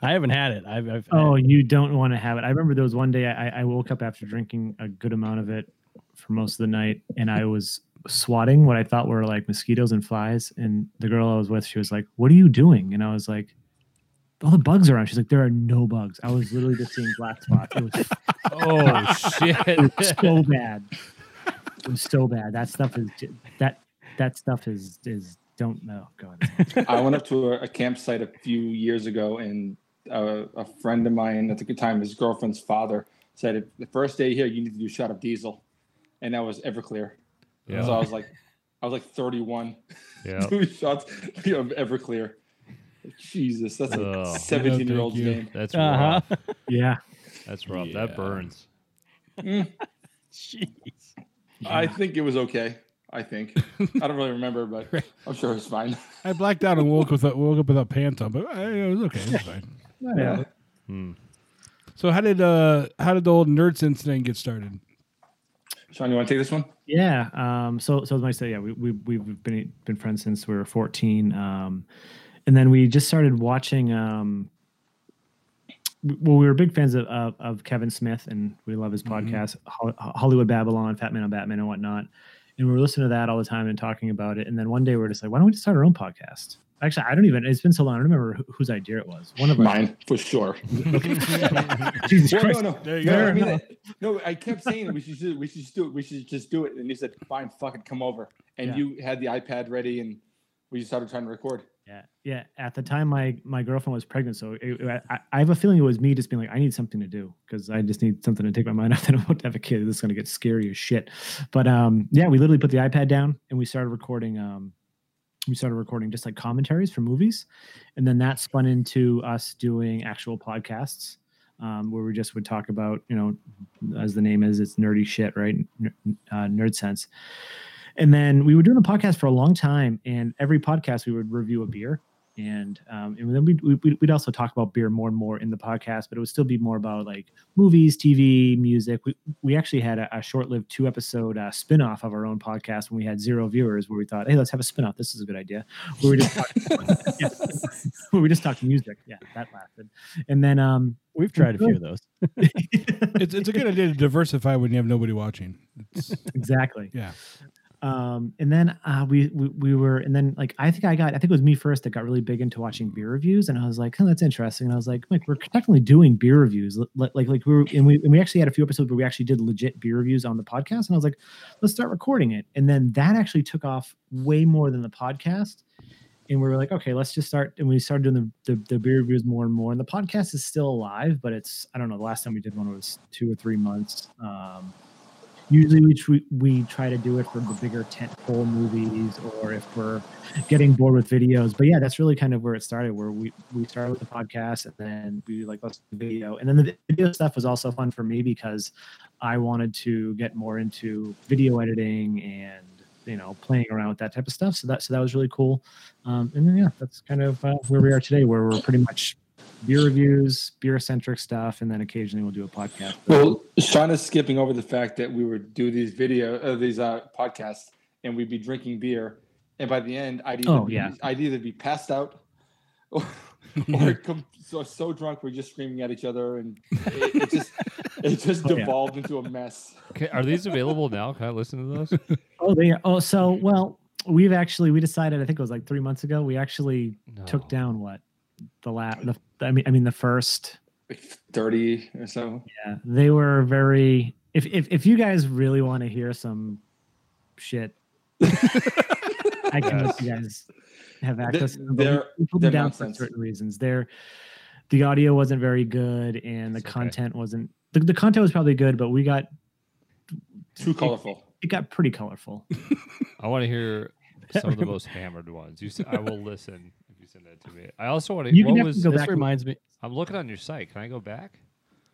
I haven't had it. I've, I've Oh, you don't want to have it. I remember there was one day I, I woke up after drinking a good amount of it for most of the night, and I was swatting what I thought were like mosquitoes and flies. And the girl I was with, she was like, "What are you doing?" And I was like, all the bugs around. She's like, there are no bugs. I was literally just seeing black spots. It was Oh shit! so bad. It was so bad. That stuff is j- that that stuff is is don't know. God, I went up to a, a campsite a few years ago, and uh, a friend of mine at the good time, his girlfriend's father, said, "The first day here, you need to do shot of diesel," and that was Everclear. Yeah. So I was like, I was like 31 yeah. doing shots of Everclear. Jesus, that's Oh. a 17 year old's No, thank you. game. That's Uh-huh. rough. yeah, That's rough. Yeah. That burns. Jeez. I think it was okay. I think I don't really remember, but I'm sure it's fine. I blacked out and woke with woke up without pants on, but uh, it was okay. It was fine. yeah. Hmm. So how did uh how did the old nerds incident get started? Sean, you want to take this one? Yeah. Um, so, so as Mike said, yeah, we, we, we've been, been friends since we were 14. Um, and then we just started watching, um, w- well, we were big fans of, of, of Kevin Smith and we love his podcast, Hol- Hollywood Babylon, Fat Man on Batman and whatnot. And we were listening to that all the time and talking about it. And then one day we were just like, why don't we just start our own podcast? Actually, I don't even, it's been so long. I don't remember wh- whose idea it was. One of us. Mine for sure. Jesus Well, Christ. no, no, There you no, go. I mean, that- no, I kept saying we should, do- we should just do it. We should just do it. And you said, "Fine, fuck it, come over." And Yeah. you had the iPad ready, and we just started trying to record. Yeah, yeah. At the time, my my girlfriend was pregnant, so it, it- I, I have a feeling it was me just being like, I need something to do because I just need something to take my mind off that I'm about to have a kid. This is gonna get scary as shit. But um, yeah, we literally put the iPad down and we started recording. Um, we started recording just like commentaries for movies, and then that spun into us doing actual podcasts. Um, where we just would talk about, you know, as the name is, it's nerdy shit, right? Ner- uh, nerd sense. And then we were doing a podcast for a long time, and every podcast we would review a beer, and um, and then we'd, we'd we'd also talk about beer more and more in the podcast, but it would still be more about like movies, TV, music. We we actually had a, a short-lived two-episode uh, spin-off of our own podcast when we had zero viewers, where we thought, hey, let's have a spin-off. This is a good idea. Where we just talked, yeah, where we just talked music. Yeah, that lasted. And then um, We've tried a few of those. It's it's a good idea to diversify when you have nobody watching. It's, exactly. Yeah. Um, and then uh, we, we we were, and then like I think I got, I think it was me first that got really big into watching beer reviews, and I was like, oh, that's interesting. And I was like, Mike, we're technically doing beer reviews, Li- like like, like we were, and we and we actually had a few episodes where we actually did legit beer reviews on the podcast, and I was like, let's start recording it, and then that actually took off way more than the podcast. And we were like, okay, let's just start. And we started doing the, the, the beer reviews more and more. And the podcast is still alive, but it's, I don't know, the last time we did one was two or three months. Um, usually we, tr- we try to do it for the bigger tentpole movies or if we're getting bored with videos but yeah that's really kind of where it started where we we started with the podcast and then we like let's do video and then the video stuff was also fun for me because i wanted to get more into video editing and you know playing around with that type of stuff so that so that was really cool um, and then yeah that's kind of uh, where we are today where we're pretty much beer reviews beer centric stuff and then occasionally we'll do a podcast Well, Sean is skipping over the fact that we would do these video, uh, these uh, podcasts, and we'd be drinking beer, and by the end, I'd either, Oh, be, yeah. I'd either be passed out, or, or com- so, so drunk we're just screaming at each other, and it, it just it just Oh, yeah. devolved into a mess. Okay, are these available now? Can I listen to those? Oh, they oh so well. We've actually we decided. I think it was like three months ago. We actually No. took down what the last. The, I mean, I mean the first. Like Thirty or so. Yeah, they were very. If if if you guys really want to hear some shit, I can let you guys have access. to them, but we- they're- we put they're them down nonsense. for certain reasons. They're the audio wasn't very good, and the It's okay. content wasn't. The, the content was probably good, but we got Too colorful. it got pretty colorful. I want to hear some of the most hammered ones. You, s- I will listen if you send that to me. I also want to. You can What definitely was? go This back- reminds me. I'm looking on your site. Can I go back?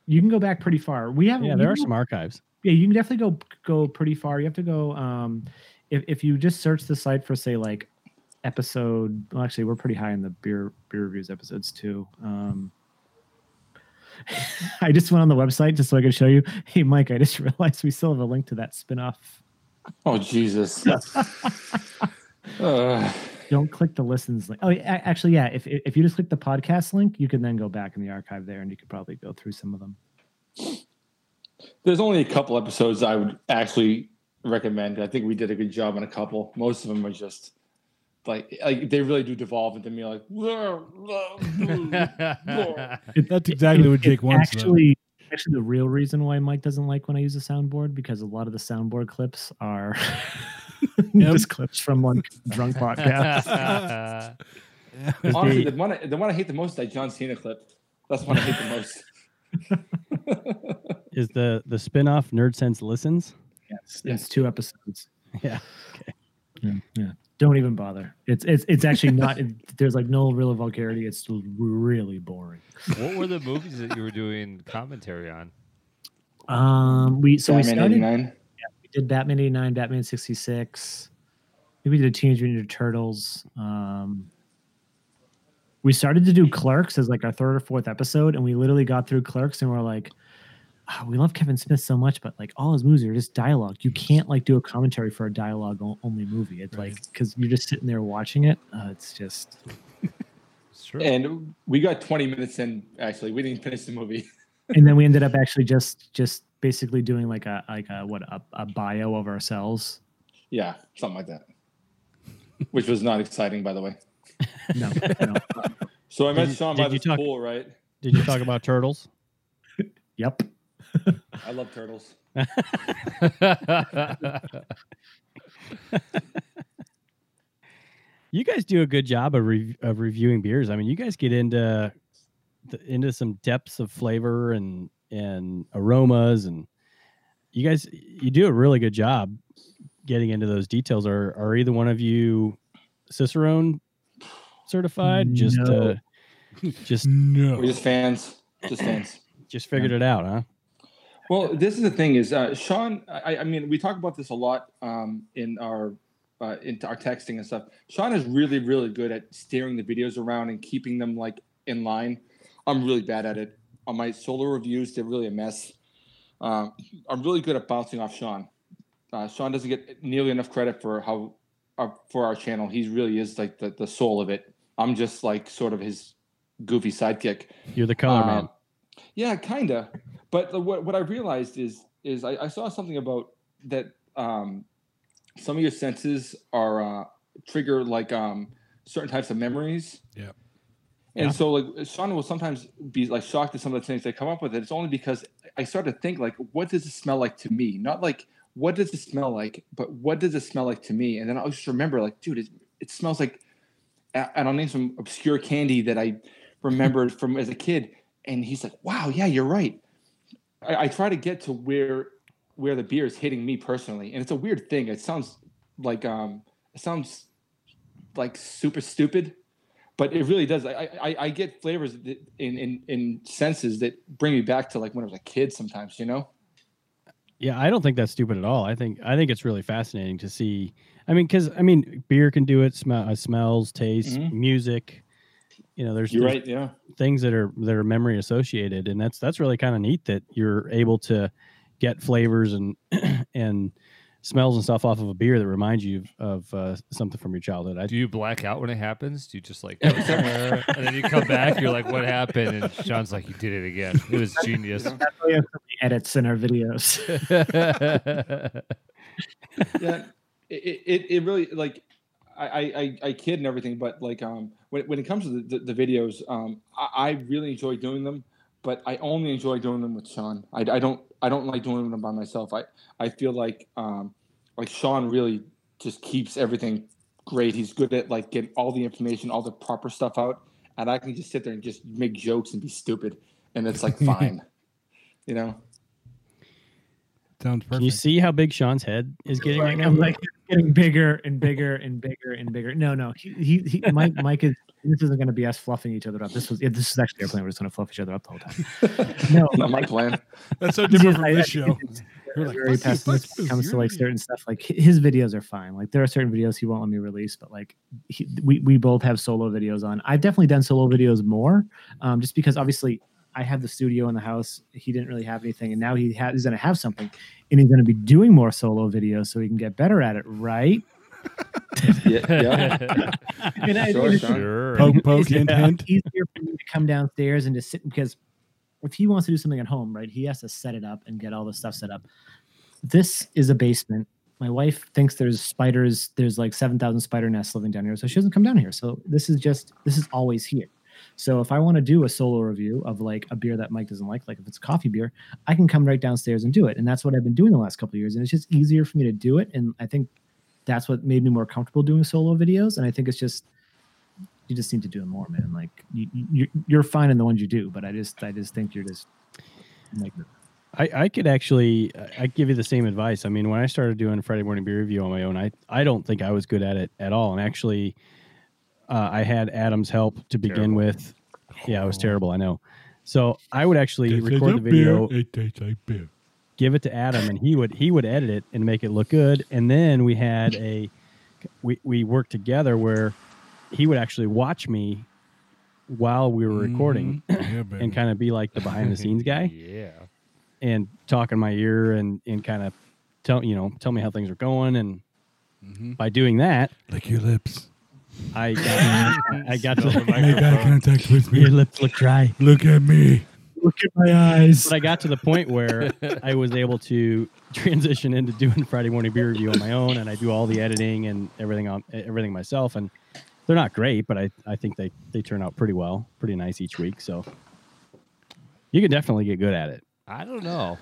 You can go back pretty far. We have Yeah, there we are don't- some archives. Oh, yeah you can definitely go go pretty far you have to go um if, if you just search the site for say like episode well actually we're pretty high in the beer beer reviews episodes too um i just went on the website just so i could show you hey mike i just realized we still have a link to that spin-off Oh Jesus. uh, don't click the listens link oh yeah, a- actually yeah if, if you just click the podcast link you can then go back in the archive there and you could probably go through some of them there's only a couple episodes I would actually recommend. I think we did a good job on a couple. Most of them are just like like they really do devolve into me like That's exactly what It's Jake wants, though. Actually, actually, the real reason why Mike doesn't like when I use a soundboard because a lot of the soundboard clips are just clips from like drunk podcasts. honestly the one I, the one I hate the most is that John Cena clip. That's one I hate the most. Is the the spin-off Nerd Sense listens? Yes, Yeah. it's two episodes. Yeah. Yeah. yeah. Don't even bother. It's it's it's actually not. it- there's like no real vulgarity. It's really boring. what were the movies that you were doing commentary on? Um, we so we Batman started. 89. We did Batman eighty nine, Batman sixty six. Maybe we did Teenage Mutant Ninja Turtles. Um, we started to do Clerks as like our third or fourth episode, and we literally got through Clerks, and we're like, "Ah, we love Kevin Smith so much, but like all his movies are just dialogue. You can't like do a commentary for a dialogue o- only movie. It's like because you're just sitting there watching it. Uh, it's just It's true. And we got 20 minutes in. Actually, we didn't finish the movie. and then we ended up actually just just basically doing like a like a what a, a bio of ourselves. Yeah, something like that. Which was not exciting, by the way. No, no. So I met Did- Sean did by you the talk- pool, right? Did you talk about turtles? yep. I love turtles. You guys do a good job of, re- of reviewing beers. I mean, you guys get into th- into some depths of flavor and and aromas, and you guys you do a really good job getting into those details. Are are either one of you Cicerone certified? Just No. uh, just no. We're just fans. Just fans. just figured it out, huh? Well, this is the thing is uh, Sean. I, I mean, we talk about this a lot um, in our uh, into our texting and stuff. Sean is really, really good at steering the videos around and keeping them like in line. I'm really bad at it. On my solo reviews, they're really a mess. Um, I'm really good at bouncing off Sean. Uh, Sean doesn't get nearly enough credit for how uh, for our channel. He really is like the, the soul of it. I'm just like sort of his goofy sidekick. You're the color Um, man. Yeah, kinda. But the, what what I realized is is I, I saw something about that. Um, some of your senses are uh, trigger like um, certain types of memories. Yeah. And Yeah. so like Sean will sometimes be like shocked at some of the things they come up with. And it's only because I start to think like, what does it smell like to me? Not like what does it smell like, but what does it smell like to me? And then I'll just remember like, dude, it, it smells like a- and I'll name some obscure candy that I remembered from as a kid. And he's like, wow, yeah, you're right. I, I try to get to where where the beer is hitting me personally. And it's a weird thing. It sounds like um it sounds like super stupid, but it really does. I I, I get flavors that- in, in in senses that bring me back to like when I was a kid sometimes, you know? Yeah, I don't think that's stupid at all. I think I think it's really fascinating to see. I mean, because I mean, beer can do it. Smell, uh, smells, taste, Mhm. music. You know, there's, You're there's right, yeah. things that are that are memory associated, and that's that's really kind of neat that you're able to get flavors and and smells and stuff off of a beer that reminds you of uh, something from your childhood. I, Do you black out when it happens? Do you just like, go somewhere, and then you come back, you're like, what happened? And Sean's like, you did it again. It was genius. That's why we have so many edits in our videos. yeah, it, it, it really like I, I I- I kid and everything, but like um when, when it comes to the, the, the videos, um I, I really enjoy doing them, but I only enjoy doing them with Sean. I, I don't I don't like doing them by myself. I I feel like um like Sean really just keeps everything great. He's good at like getting all the information, all the proper stuff out, and I can just sit there and just make jokes and be stupid, and it's like fine, you know. Sounds can you perfect. see how big Sean's head is getting right Like, now? I'm like getting bigger and bigger and bigger and bigger. No, no, he, he, he Mike, Mike is. This isn't going to be us fluffing each other up. This was. Yeah, this is actually our plan. We're just going to fluff each other up the whole time. No, Not my plan. That's so different I- from I this think show. it's We're like, very "Fuck you, pessimistic fuck you, when it comes to you're like an certain stuff. Like hi- his videos are fine. Like there are certain videos he won't let me release, but like he, we we both have solo videos on. I've definitely done solo videos more, um, just because obviously I have the studio in the house. He didn't really have anything, and now he ha- he's going to have something, and he's going to be doing more solo videos so he can get better at it, right? Yeah, yeah. And I- Sure, it's- sure. Poke, poke, it's hint, hint. easier for me to come downstairs and just sit because if he wants to do something at home, right, he has to set it up and get all the stuff set up. This is a basement. my wife thinks there's spiders. There's like seven thousand spider nests living down here, so she doesn't come down here. So this is just this is always here. So if I want to do a solo review of like a beer that Mike doesn't like, like if it's a coffee beer, I can come right downstairs and do it. And that's what I've been doing the last couple of years. And it's just easier for me to do it. And I think that's what made me more comfortable doing solo videos. And I think it's just you just need to do it more, man. Like you, you you're fine in the ones you do, but I just I just think you're just like I, I could actually I I'd give you the same advice. I mean, when I started doing Friday morning beer review on my own, I I don't think I was good at it at all. And actually, uh, I had Adam's help to begin Terrible. with. Yeah, I was terrible. I know. So I would actually Tastes like record a the video, Beer. It tastes like beer. give it to Adam, and he would he would edit it and make it look good. And then we had a we we worked together where he would actually watch me while we were recording Mhm. Yeah, baby. and kind of be like the behind the scenes guy Yeah. and talk in my ear and and kind of tell you know tell me how things are going and by doing that Lick your lips. i got, i got Smell the to Make eye microphone. contact with your me. lips look dry Look at me. look at my eyes. but i got to the point where i was able to transition into doing friday morning beer review on my own and i do all the editing and everything on e, everything myself and they're not great but i i think they they turn out pretty well pretty nice each week so you can definitely get good at it I don't know.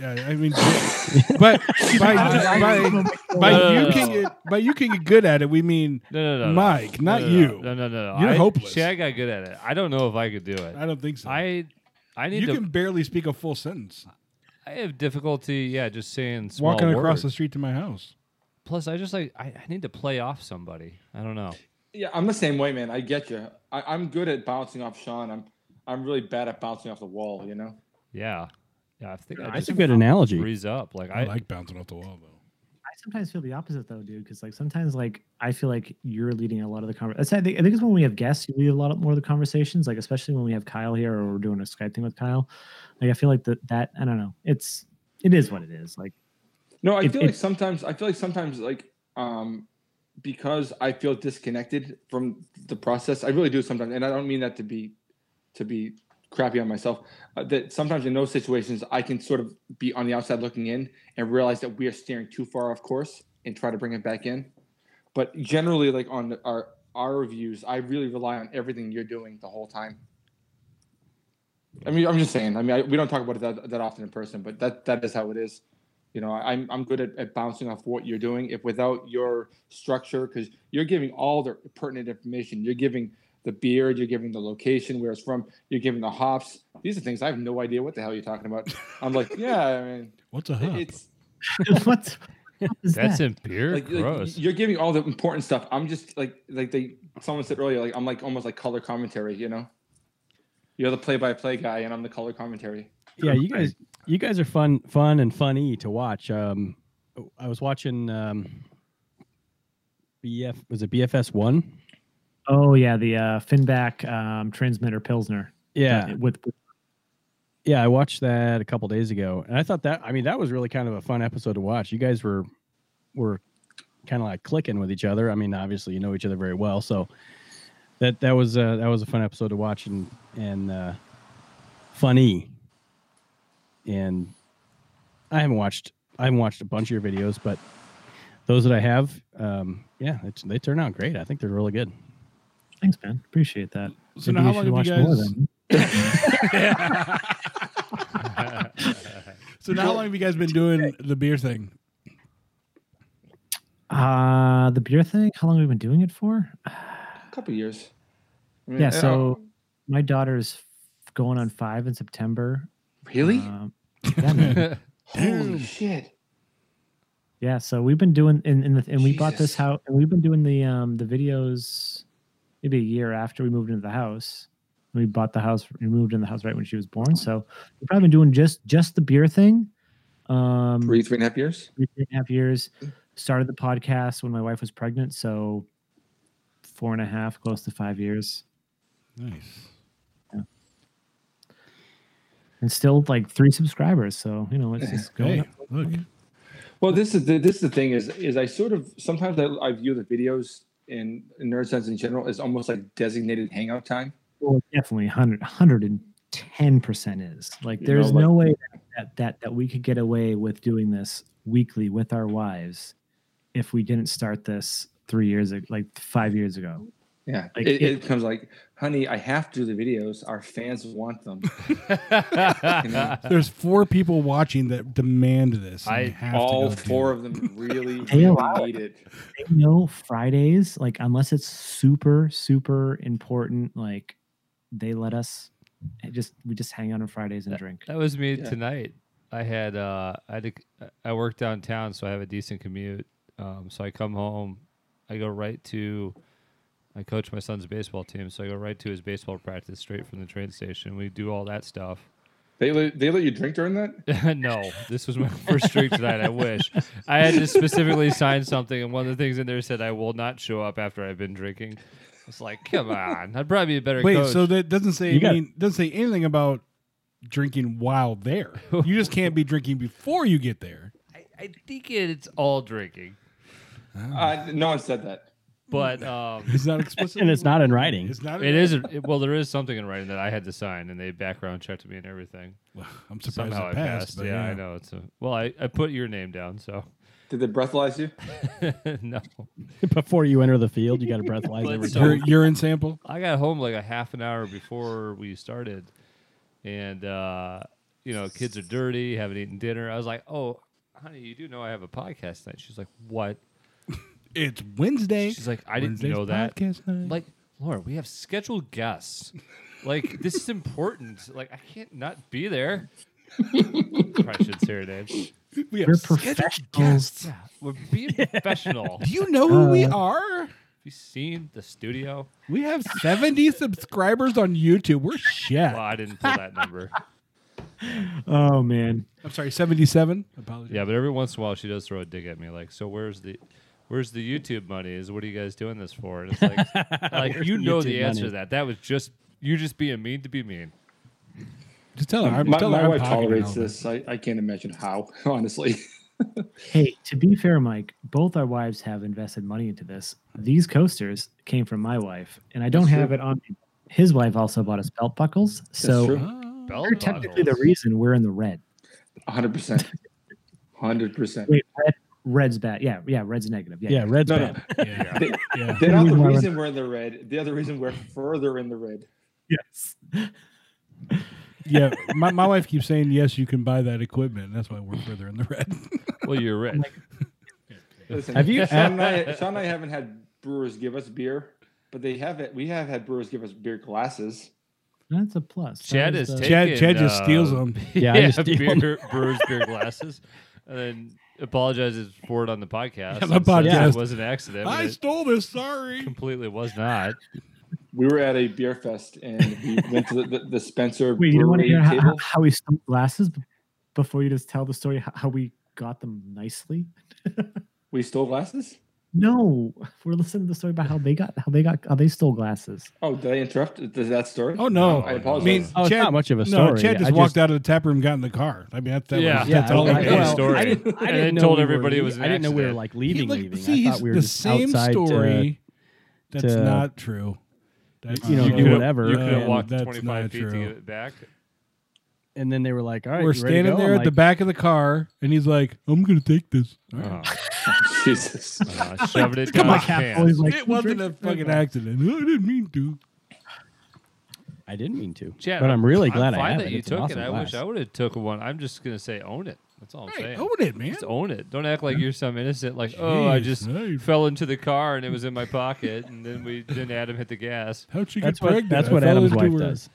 Yeah, I mean, but by, by, by you can get by you can get good at it. We mean No, no, no, no. Mike, No, not no, you. No, no, no, no. You're I, hopeless. See, I got good at it. I don't know if I could do it. I don't think so. I, I need you to. can barely speak a full sentence. I have difficulty. Yeah, just saying small Walking across words. the street to my house. Plus, I just like I, I need to play off somebody. I don't know. Yeah, I'm the same way, man. I get you. I, I'm good at bouncing off Sean. I'm I'm really bad at bouncing off the wall. You know. Yeah, yeah. I think I that's just a good analogy freeze up. Like I, I, like bouncing off the wall though. I sometimes feel the opposite though, dude. Because like sometimes like I feel like you're leading a lot of the conversation. I think I think it's when we have guests, you lead a lot of more of the conversations. Like especially when we have Kyle here or we're doing a Skype thing with Kyle. Like I feel like that that I don't know. It's it is what it is. Like No, I If- feel if- like sometimes I feel like sometimes like um because I feel disconnected from the process. I really do sometimes, and I don't mean that to be to be crappy on myself. Uh, that sometimes in those situations I can sort of be on the outside looking in and realize that we are steering too far off course and try to bring it back in. But generally, like on the, our our reviews, I really rely on everything you're doing the whole time. I mean, I'm just saying. I mean, I, we don't talk about it that, that often in person, but that that is how it is you know I- i'm, I'm good at, at bouncing off what you're doing if without your structure because you're giving all the pertinent information you're giving the beard you're giving the location where it's from you're giving the hops these are things i have no idea what the hell you're talking about i'm like yeah i mean What's a hop? it's what? what is that's that? impure. like, like, Gross. you're giving all the important stuff i'm just like like they someone said earlier like i'm like almost like color commentary you know you're the play-by-play guy and i'm the color commentary yeah you guys you guys are fun fun and funny to watch um i was watching um bf was it bfs one Oh yeah, the uh, Finback um, transmitter Pilsner. yeah with yeah i watched that a couple days ago and i thought that i mean that was really kind of a fun episode to watch you guys were were kind of like clicking with each other i mean obviously you know each other very well so that that was uh that was a fun episode to watch and and uh funny and i haven't watched i haven't watched a bunch of your videos but those that i have um yeah it's, they turn out great i think they're really good thanks, man. Appreciate that. So Maybe now we how should long have you watch more guys- then. so now how long have you guys been doing the beer thing? Uh, the beer thing. How long have we been doing it for? Uh, a couple years I mean, Yeah. I- So my daughter's going on five in September. really Um, yeah, man. holy shit Yeah, so we've been doing and and, the, and we bought this Jesus. house and we've been doing the um the videos maybe a year after we moved into the house. We bought the house we moved in the house right when she was born. So we've probably been doing just just the beer thing. Um three three and a half years three, three and a half years. Started the podcast when my wife was pregnant, so four and a half, close to five years. Nice. And still like three subscribers. So, you know, it's just going Hey, up. look. Well, this is the, this is the thing is is I sort of sometimes I, I view the videos in, in nerd sense in general as almost like designated hangout time. Well, it definitely 100 110% is. Like You there's know, like- no way that, that that we could get away with doing this weekly with our wives if we didn't start this three years ago, like five years ago. Yeah, Like, it, it- it comes like, honey, I have to do the videos. Our fans want them. There's four people watching that demand this. and I- you have to All go do four it. of them really, Hey, wow. really need it. I know Fridays, like unless it's super, super important, like they let us I just we just hang out on Fridays and drink. That was me Yeah. tonight. I had uh, I had a, I work downtown, so I have a decent commute. Um, so I come home, I go right to. I coach my son's baseball team, so I go right to his baseball practice straight from the train station. We do all that stuff. They let, they let you drink during that? no, this was my first drink tonight. I wish I had to specifically sign something, and one of the things in there said I will not show up after I've been drinking. It's like, come on, I'd probably be a better Wait, coach. so that doesn't say You got- mean, doesn't say anything about drinking while there. You just can't be drinking before you get there. I, I think it's all drinking, Uh, no one said that. Mm. but um, It's not explicit, and it's not in writing. It's not. It is it- well, there is something in writing that I had to sign, and they background checked me and everything. Well, I'm surprised Somehow it passed. but Yeah, yeah, I know it's a well. I, I put your name down, so Did they breathalyze you? no. Before you enter the field, you got to breathalyze But every so- time. Your urine sample. I got home like a half an hour before we started, and uh, you know, kids are dirty, haven't eaten dinner. I was like, oh, honey, you do know I have a podcast tonight. She's like, what? It's Wednesday. She's like, I didn't Wednesday's know that. podcast night. Like, Laura, we have scheduled guests. Like, this is important. Like, I can't not be there. Probably should say her name. we We're have scheduled guests. professionals. Yeah, we're being professional. Do you know who Uh, we are? Have you seen the studio? We have 70 subscribers on YouTube. We're shit. Well, I didn't pull that number. Oh man. I'm sorry, 77. Apologies. Yeah, but every once in a while she does throw a dig at me, like, "So where's the, where's the YouTube money? Is what are you guys doing this for?" And it's like, like Where's you the know YouTube the answer to money? that. That was just you just being mean to be mean. Just tell her. I'm, my tell her my I'm wife pocketing tolerates all that. this. I, I can't imagine how, honestly. Hey, to be fair, Mike, both our wives have invested money into this. These coasters came from my wife, and I don't have it on me. His wife also bought us belt buckles. true. So Ah. Bell they're technically the buckles. reason we're in the red. 100%. 100%. Wait, red, red's bad. Yeah, yeah, red's negative. Yeah, Yeah, red's No, no. bad. Yeah. They- yeah. They're not the Reason why we're- reason we're in the red. They're the reason we're further in the red. Yes. Yeah. My, my wife keeps saying, yes, you can buy that equipment. and That's why we're further in the red. Well, you're rich. Listen, Have you- Sean and, I, Sean and I haven't had brewers give us beer, but they have it. We have had brewers give us beer glasses. That's a plus. That Chad is was the- taking. Chad- Chad just steals uh, them. Yeah, Yeah, I just steal them. beer, brewer's beer glasses, and then apologizes for it on the podcast. Yeah, the and says podcast. it was an accident. I but it stole this. Sorry. completely was not. We were at a beer fest and we went to the, the, the Spencer Wait, you don't want to brewery hear how, how- table. how we stole glasses b- before you just tell the story how, how we got them nicely? We stole glasses. No, we're listening to the story about how they got how they got how they stole glasses. Oh, did I interrupt? Does that story? Oh, no. I I mean, apologize. Oh, it's Chad, not much of a no, story. Chad just I walked out of the tap room, got in the car. I mean, that's that Yeah. was, Yeah, that's all. I- it well, was. story. I didn't, I And didn't it know told we everybody were, e it was an I didn't know we were accident. like He, leaving. like, leaving. see, I he's thought we were the just same outside to- story. that's to- not true. That's You know, not do true. whatever, You could have and walked that's 25 not feet to true. get it back. and then they were like, "All right, We're you ready to standing go?" there I'm at the like, back of the car, and he's like, "I'm gonna take this." All right. Oh, Jesus. uh, shoved it Come down on, his Cap. pants. Always like, it wasn't a fucking accident. I didn't mean to. I didn't mean to, Chad, but I'm really I'm glad fine I have that it. you It's an took awesome it. I wish glass. I would have took one. I'm just gonna say own it. That's all I'm Hey, saying. own it, man. Just own it. Don't act like you're some innocent. Like, oh, I Jeez, just hey. fell into the car and it was in my pocket, and then we then Adam hit the gas. How'd she That's get what pregnant? that's I what fell Adam's into wife her- does.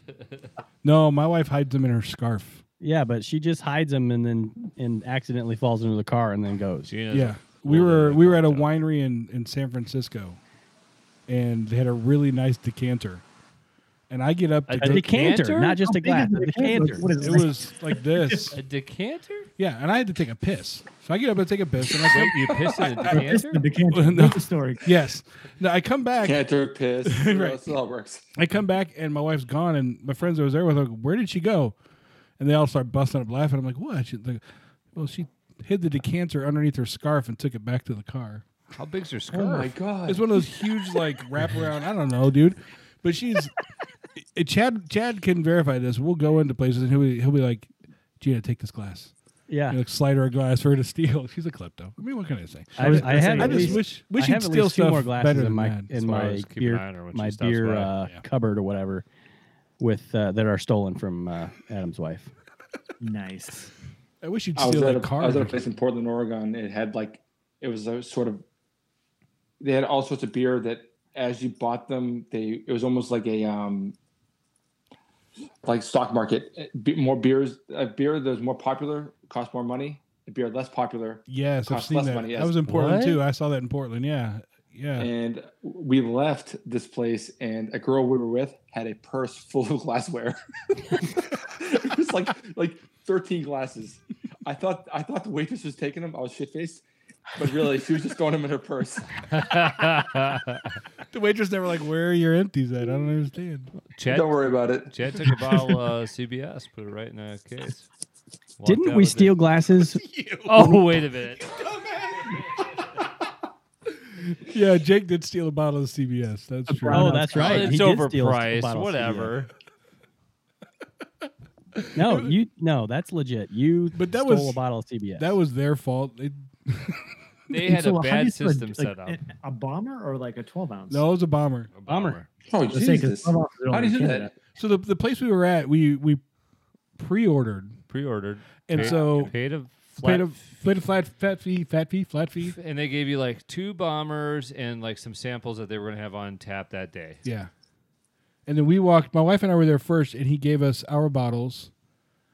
No, my wife hides them in her scarf. Yeah, but she just hides them and then and accidentally falls into the car and then goes. Gina's Yeah, we were we were at a winery in in San Francisco, and they had a really nice decanter, and I get up to A A go- decanter, Decanter? not just How a big is glass. the A decanter? decanter. What is It was like this. a decanter. Yeah, and I had to take a piss. So I get up and take a piss, and I go, Wait, you pissed in a This decanter? is the decanter. No. That's the story. yes. Now I come back. Canter, piss. Right. That's all it works. I come back and my wife's gone, and my friends I was there with are like, "Where did she go?" And they all start busting up laughing. I'm like, "What?" She, like, well, she hid the decanter underneath her scarf and took it back to the car. How big's your scarf? Oh my god. It's one of those huge like wraparound. I don't know, dude. But she's eh, Chad. Chad can verify this. We'll go into places and he'll be, he'll be like, "Gina, take this glass." Yeah. You know, slide her a glass for her to steal. She's a klepto. I mean, what can I say? I, was, gonna I say, have I at just least- wish wish I she'd have at steal least two stuff more glasses better in than my that. That's in why I my was keeping an eye on her beer when she my stops beer by. uh, Yeah. cupboard or whatever with uh, that are stolen from uh, Adam's wife. Nice. I wish you'd I was, steal at that a, I was at a card. place in Portland, Oregon. It had like it was a sort of they had all sorts of beer that as you bought them, they it was almost like a um like stock market. Eh, Be, more beers, a beer that was more popular cost more money. A beer less popular Yes, I've cost seen less that. money, I yes. was in Portland What? too. I saw that in Portland. Yeah, yeah. And we left this place, and a girl we were with had a purse full of glassware. it was like like thirteen glasses. I thought I thought the waitress was taking them. I was shit faced, but really she was just throwing them in her purse. the waitress never like where are your empties at? I don't understand. Chad, Don't worry about it. Chad took a bottle of uh, CBS, put it right in a case. Walked Didn't out we with it. steal glasses? Oh, wait a minute. Yeah, Jake did steal a bottle of CBS. That's true. Oh, that's right. It's He did steal a overpriced. bottle of Whatever. CBS. No, you no, that's legit. You But that stole was- a bottle of CBS. that was their fault. It, They had So a how do you bad sell a- system like, set up. a- A bomber or like a 12 ounce? no, it was a bomber. A Bummer. Oh Let's say 'cause Jesus! 12 ounces are How do only you in do Canada. that? So the the place we were at, we we pre-ordered Pre-ordered. And paid- so- paid a flat paid a paid a flat fat fee, fat fee, flat fee. and they gave you like two bombers and like some samples that they were going to have on tap that day. Yeah. And then we walked. My wife and I were there first, and he gave us our bottles.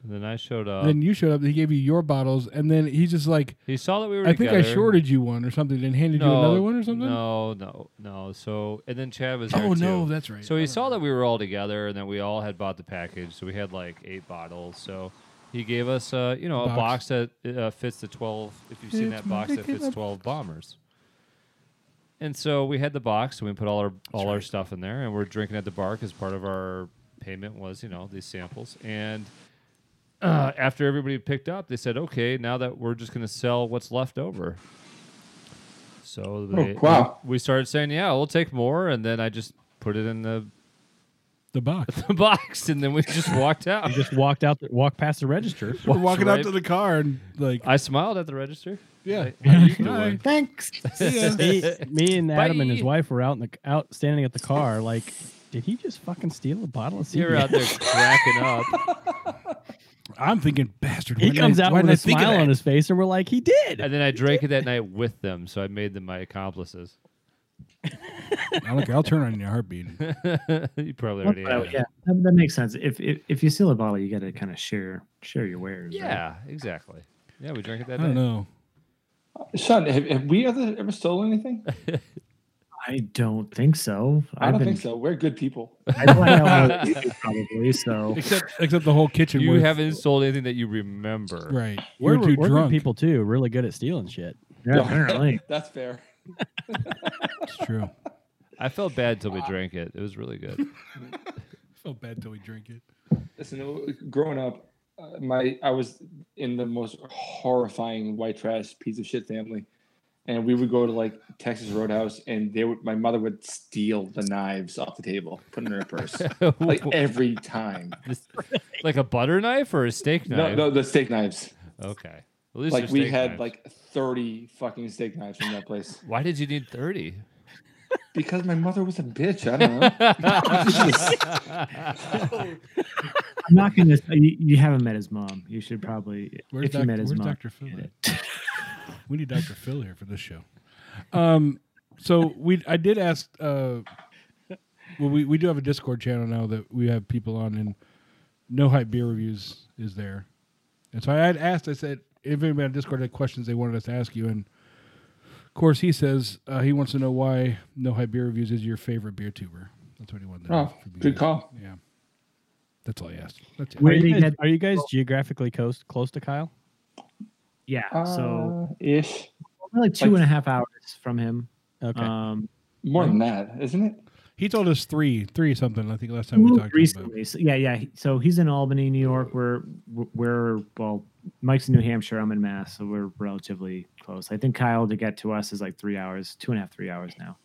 And then I showed up. then you showed up. He gave you your bottles, and then he's just like, he saw that we were "I think I together. shorted you one or something, and handed you another one or something." No, no, no. So and then Chad was there Oh too. no, that's right. So he saw that we were all together and that we all had bought the package. So we had like eight bottles. So he gave us, uh, you know, a box, Box. that uh, fits the twelve. If you've seen It's that box, that fits ridiculous. twelve bombers. And so we had the box, and we put all our all our stuff in there, and we're drinking at the bar because part of our payment was, you know, these samples. And uh, after everybody picked up, they said, "Okay, now that we're just going to sell what's left over." So they, wow. we started saying, "Yeah, we'll take more," and then I just put it in the the box. the box, and then we just walked out. you just walked out, the, walked past the register. We're walking right- out to the car and like, I smiled at the register. yeah, How you Hi. doing? Thanks. me, me and Adam and his Bye. wife were out in the out standing at the car. Like, did he just fucking steal a bottle of You're CBS? out there cracking up, I'm thinking, bastard. He why didn't comes I- out why with a didn't I think of smile that?" on his face, and we're like, he did. and then I drank it that night with them, so I made them my accomplices. I don't care. I'll turn on your heartbeat. you probably already Oh, had. yeah, that, that makes sense. If, if if you steal a bottle, you got to kind of share share your wares. right? yeah, exactly. Yeah, we drank it I that don't night. know. Sean, have, have we ever ever stolen anything? I don't think so. I I've don't been- think so. We're good people. I don't know how it is, probably. So Except except the whole kitchen. You was- haven't sold anything that you remember. right. You we're, were too we're good drunk. people too. Really good at stealing shit. yeah, apparently, That's fair. It's true. I felt bad till we drank it. It was really good. Felt bad till we drink it. Listen, growing up, uh, my I was in the most horrifying white trash piece of shit family, and we would go to like Texas Roadhouse, and they would my mother would steal the knives off the table, put them in her purse, like every time. like a butter knife or a steak No, knife? no, the steak knives. Okay. At least Like they're we steak had knives. like thirty fucking steak knives from that place Why did you need thirty? because my mother was a bitch. I don't know. I'm not gonna. You, you haven't met his mom. You should probably. Where's, if doc- you met his where's mom, Dr. Phil? get at? it. We need Dr. Phil here for this show. Um, so we I did ask. Uh, well, we we do have a Discord channel now that we have people on, and No Hype Beer Reviews is there. And so I had asked. I said, if anybody on Discord had questions they wanted us to ask you, and of course he says uh, he wants to know why No Hype Beer Reviews is your favorite beer tuber. That's what he wanted. To Oh, ask from you good guys. call. Yeah, that's all I asked. That's it. Are Where they you, guys, had- are you guys geographically close close to Kyle? yeah. so So ish, we're like two Uh, like- and a half hours from him. Okay. Um, more than that, isn't it? He told us three, three something. I think last time we moved talked about. recently. So, yeah, yeah. he- So he's in Albany, New York. We're we're well. Mike's in New Hampshire. I'm in Mass. So we're relatively close. I think Kyle to get to us is like three hours, two and a half, three hours now.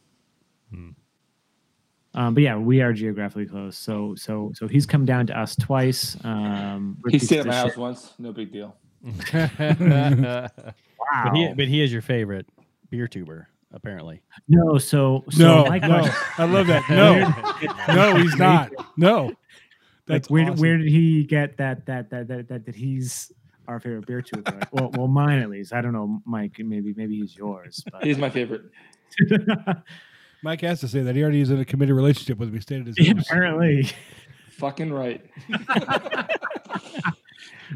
Um, but yeah, we are geographically close. So so so he's come down to us twice. Um, we're He pieces stayed at of my shit. house once. No big deal. Wow. But he, but he is your favorite beer tuber, apparently. no, so, so No, my no, question- I love that. No, no, he's not. No, like, that's where, awesome. where did he get that that that that that, that he's our favorite beer tuber? Like, well, well, mine at least. I don't know, Mike. Maybe maybe he's yours. But He's my favorite. Mike has to say that he already is in a committed relationship with me. Stated his apparently. Fucking right.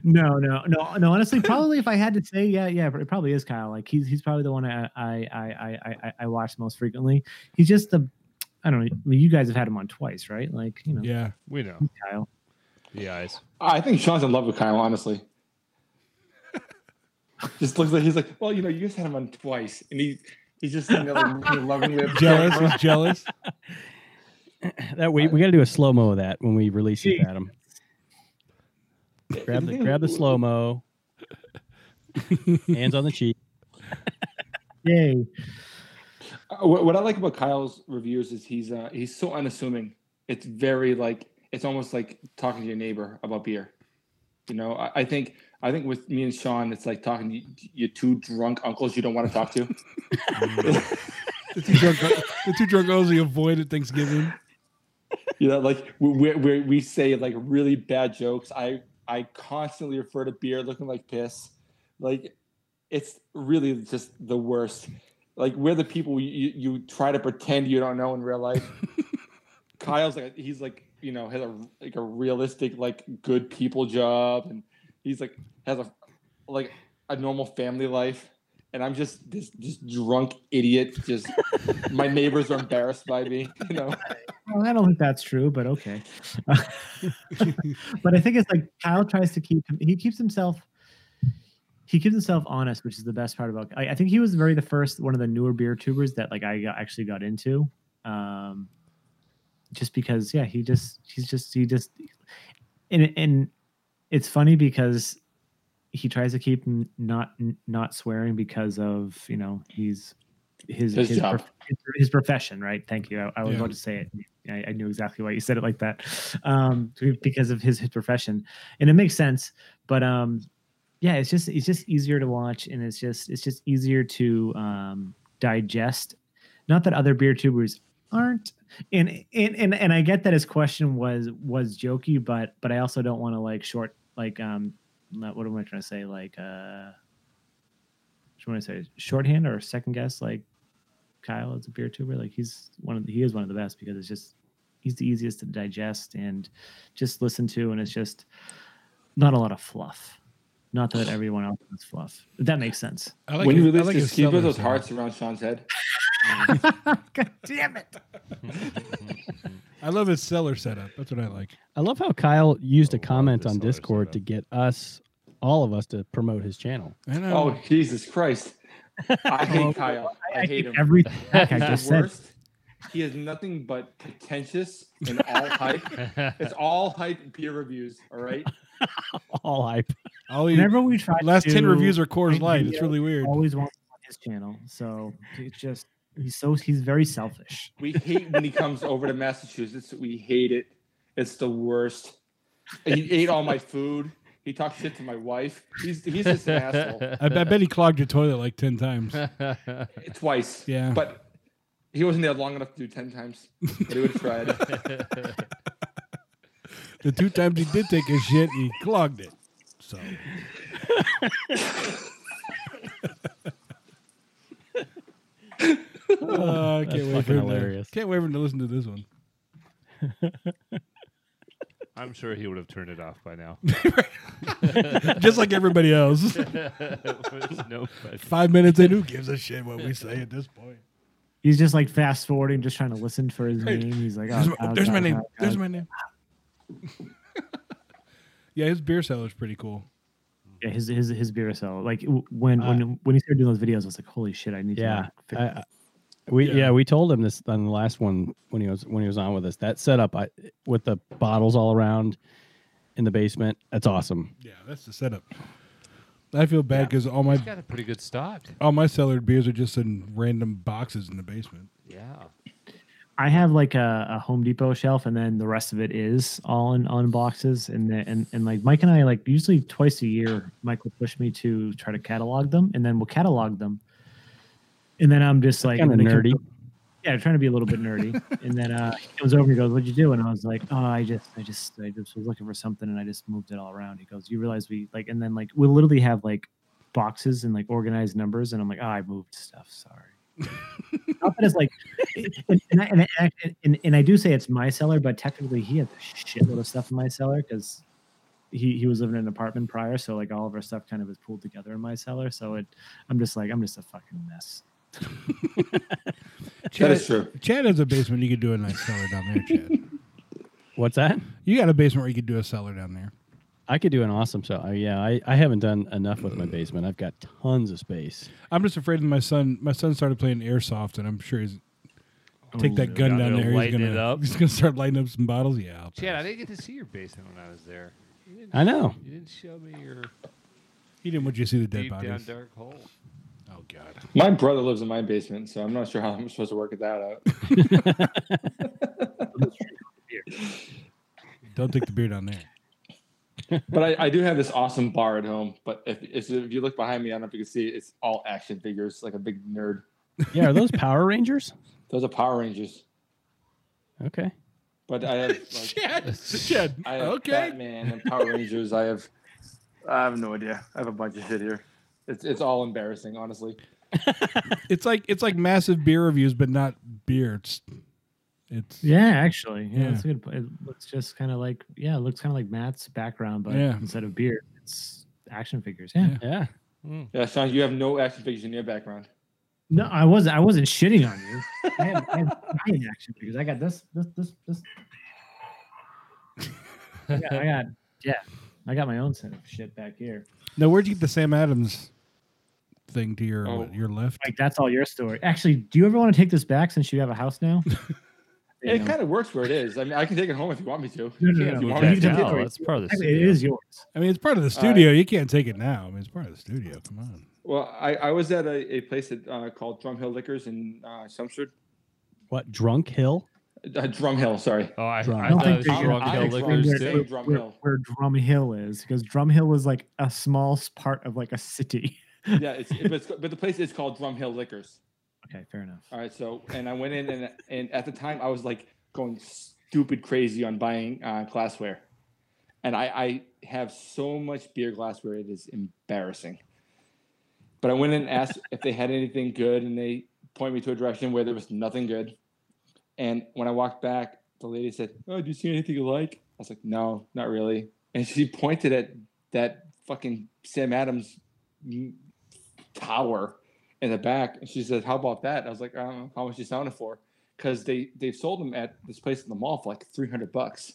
No, no, no, no. Honestly, probably if I had to say, yeah, yeah, it probably is Kyle. Like he's he's probably the one I I I I I, I watch most frequently. He's just the I don't know. well, You guys have had him on twice, right? Like you know, yeah. we know Kyle. the eyes. I think Sean's in love with Kyle, honestly. just looks like he's like, well, you know, you just had him on twice, and he he's just sitting there like making a loving lip. Jealous. He's jealous. That we, we got to do a slow mo of that when we release it, Adam. Grab the grab the slow mo. Hands on the cheek. Yay! Uh, What, what I like about Kyle's reviews is he's uh, he's so unassuming. It's very like it's almost like talking to your neighbor about beer. You know, I, I think I think with me and Sean, it's like talking to y- your two drunk uncles you don't want to talk to. The two drunk, the two drunk O's he avoided Thanksgiving. you know, like we we we say like really bad jokes. I I constantly refer to beer looking like piss. Like it's really just the worst. Like we're the people you, you, you try to pretend you don't know in real life. Kyle's like he's like you know has a like a realistic like good people job and he's like has a like a normal family life and I'm just this just drunk idiot just my neighbors are embarrassed by me you know Well, I don't think that's true, but okay. but I think it's like Kyle tries to keep him. He keeps himself. He keeps himself honest, which is the best part about. I, I think he was very the first one of the newer beer tubers that like I got, actually got into, um, just because yeah he just he's just he just, and and it's funny because he tries to keep n- not n- not swearing because of you know he's his His his, job. prof- his profession right. Thank you. I, I was Yeah. about to say it. I, I knew exactly why you said it like that, um, to- because of his, his profession, and it makes sense. But um, yeah, it's just it's just easier to watch, and it's just it's just easier to um, digest. Not that other beer tubers aren't, and and and and I get that his question was was jokey, but but I also don't want to like short like um, not, what am I trying to say like uh, what do I say shorthand or second guess like Kyle as a beer tuber. Like he's one of the, he is one of the best because it's just he's the easiest to digest and just listen to, and it's just not a lot of fluff. Not that everyone else has fluff. If that makes sense. I when you his- I release like this, his can you put southern those sound. hearts around Sean's head? God damn it! I love his cellar setup. That's what I like. I love how Kyle used I a love comment Oh, this on other Discord setup. to get us, all of us, to promote his channel. I know. Oh, Jesus Christ. I hate Kyle. I hate him. Every I He's the just said. He is nothing but pretentious and all hype. It's all hype and peer reviews. All right. All hype. I'll eat- Whenever we try, last to, ten reviews are Coors find Light. It's video, really weird. always wants on his channel, so it's just he's so he's very selfish. We hate when he comes over to Massachusetts. We hate it. It's the worst. He ate all my food. He talked shit to my wife. He's he's just an asshole. I, I bet he clogged your toilet like ten times. Twice. Yeah. But he wasn't there long enough to do ten times. But he would have tried. The two times he did take a shit, he clogged it. So Uh, I can't wait for fucking him to, hilarious. can't wait for him to listen to this one. I'm sure he would have turned it off by now. Just like everybody else. There's no question. Five minutes in, who gives a shit what we say at this point? He's just like fast forwarding, just trying to listen for his Hey, name. He's like, There's oh, my, Kyle, there's my Kyle, name. Kyle, There's Kyle. my name. yeah, his beer cellar's pretty cool. Yeah, his his his beer cell. Like w- when Uh, when when he started doing those videos, I was like, holy shit, I need to. Yeah, like, fix I- I- we Yeah. yeah. we told him this on the last one when he was when he was on with us. That setup I, with the bottles all around in the basement. That's awesome. Yeah, that's the setup. I feel bad because all my He's got a pretty good stock. all my cellared beers are just in random boxes in the basement. Yeah. I have like a, a Home Depot shelf, and then the rest of it is all in on boxes. And the, and and like Mike and I, like usually twice a year, Mike will push me to try to catalog them, and then we'll catalog them. And then I'm just like Kind of when they come- nerdy. yeah, trying to be a little bit nerdy. and then uh, he comes over and goes, "What'd you do?" And I was like, "Oh, I just, I just, I just was looking for something, and I just moved it all around." He goes, "You realize we like?" And then like we will literally have like boxes and like organized numbers, and I'm like, "Oh, I moved stuff. Sorry." Not that it's like, and, and, I, and, I, and, and I do say it's my cellar, but technically he had a shitload of stuff in my cellar because he, he was living in an apartment prior, so like all of our stuff kind of is pulled together in my cellar. So it, I'm just like, I'm just a fucking mess. That Chad, is true. Chad has a basement. You could do a nice cellar down there, Chad. What's that? You got a basement where you could do a cellar down there. I could do an awesome show. yeah, I, I haven't done enough with my basement. I've got tons of space. I'm just afraid that my son. My son started playing airsoft, and I'm sure he's take that gun God, down it'll there. He's lighten gonna, it up. he's gonna start lighting up some bottles. Yeah, I'll Chad, pass. I didn't get to see your basement when I was there. You didn't, I know. You didn't show me your he didn't want you to see the dead deep down bodies. dark hole. Oh God, My brother lives in my basement, so I'm not sure how I'm supposed to work that out. don't take the beer down there. But I, I do have this awesome bar at home. But if, if you look behind me, I don't know if you can see it, it's all action figures, like a big nerd. Yeah, are those Power Rangers? Those are Power Rangers. Okay. But I have like Chad, Chad, I have Batman and Power Rangers. I have I have no idea. I have a bunch of shit here. It's it's all embarrassing, honestly. It's like it's like massive beer reviews, but not beer. It's it's Yeah, actually, yeah, Yeah. that's a good. po- It looks just kind of like yeah, it looks kind of like Matt's background, but Yeah. instead of beer, it's action figures. Yeah. Yeah. Yeah. Yeah, Sean, you have no action figures in your background. No, I was I wasn't shitting on you. I had, I had nine action figures. I got this this this this. Yeah, I got yeah, I got my own set of shit back here. now. Where'd you get the Sam Adams thing to your Oh. your left? Like that's all your story. Actually, do you ever want to take this back since you have a house now? It kind of works where it is. I mean, I can take it home if you want me to. No, no, If no, you no. want me You to. can now. take it. That's part of the It studio. is yours. I mean, it's part Uh, of the studio. you can't take it now. I mean, it's part of the studio. Come on. Well, I, I was at a, a place that, uh, called Drumhill Liquors in uh, Chelmsford. What, Drunk Hill? Uh, Drumhill, sorry. Oh, I, I Drunk. I don't thought think it was they- drunk I hill think liquors drunk- where, too. too. Drum where- Hill. where Drum Hill is, because Drum Hill is like a small s- part of like a city. Yeah, it's, but, it's, but the place is called Drumhill Liquors. Okay, fair enough. All right, so and I went in and and at the time I was like going stupid crazy on buying uh, glassware, and I, I have so much beer glassware it is embarrassing. But I went in and asked if they had anything good, and they point me to a direction where there was nothing good. And when I walked back, the lady said, "Oh, do you see anything you like?" I was like, "No, not really." And she pointed at that fucking Sam Adams mm, tower in the back. And she said, "How about that?" I was like, "I don't know how much you selling it for," because they they've sold them at this place in the mall for like three hundred bucks.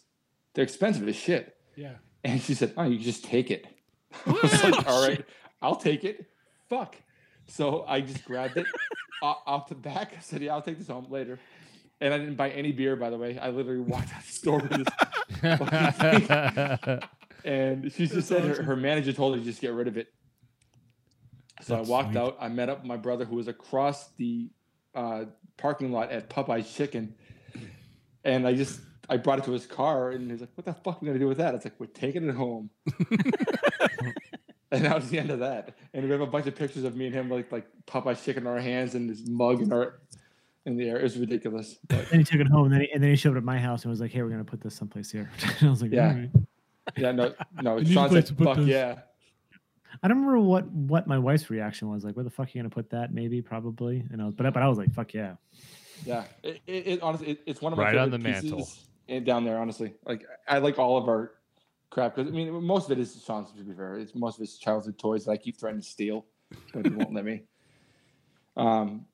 They're expensive as shit. Yeah. And she said, "Oh, you just take it." I was like, "All right, I'll take it." Fuck. So I just grabbed it o- off the back. I said, "Yeah, I'll take this home later." And I didn't buy any beer, by the way. I literally walked out the store with this and she just said her, her manager told her to just get rid of it. So That's I walked sweet. out. I met up with my brother who was across the uh, parking lot at Popeye's Chicken, and I just I brought it to his car, and he's like, "What the fuck are we gonna do with that?" It's like we're taking it home. And that was the end of that. And we have a bunch of pictures of me and him, like like Popeye's chicken in our hands and this mug in our in the air. It was ridiculous. But Then he took it home, and then he, and then he showed up at my house and was like, "Hey, we're gonna put this someplace here." and I was like, Yeah. "All right." yeah, no, no. You need a Sean place to said, put "Fuck those." yeah." I don't remember what what my wife's reaction was. Like, where the fuck are you gonna put that? Maybe, probably. And I was, but I- but I was like, "Fuck yeah." Yeah, it, it, it honestly, it, it's one of my Right on favorite the mantle. pieces in- down there. Honestly, like I like all of our crap because I mean most of it is Sean's. To be fair, it's most of his childhood toys that I keep threatening to steal, but he won't let me. Um,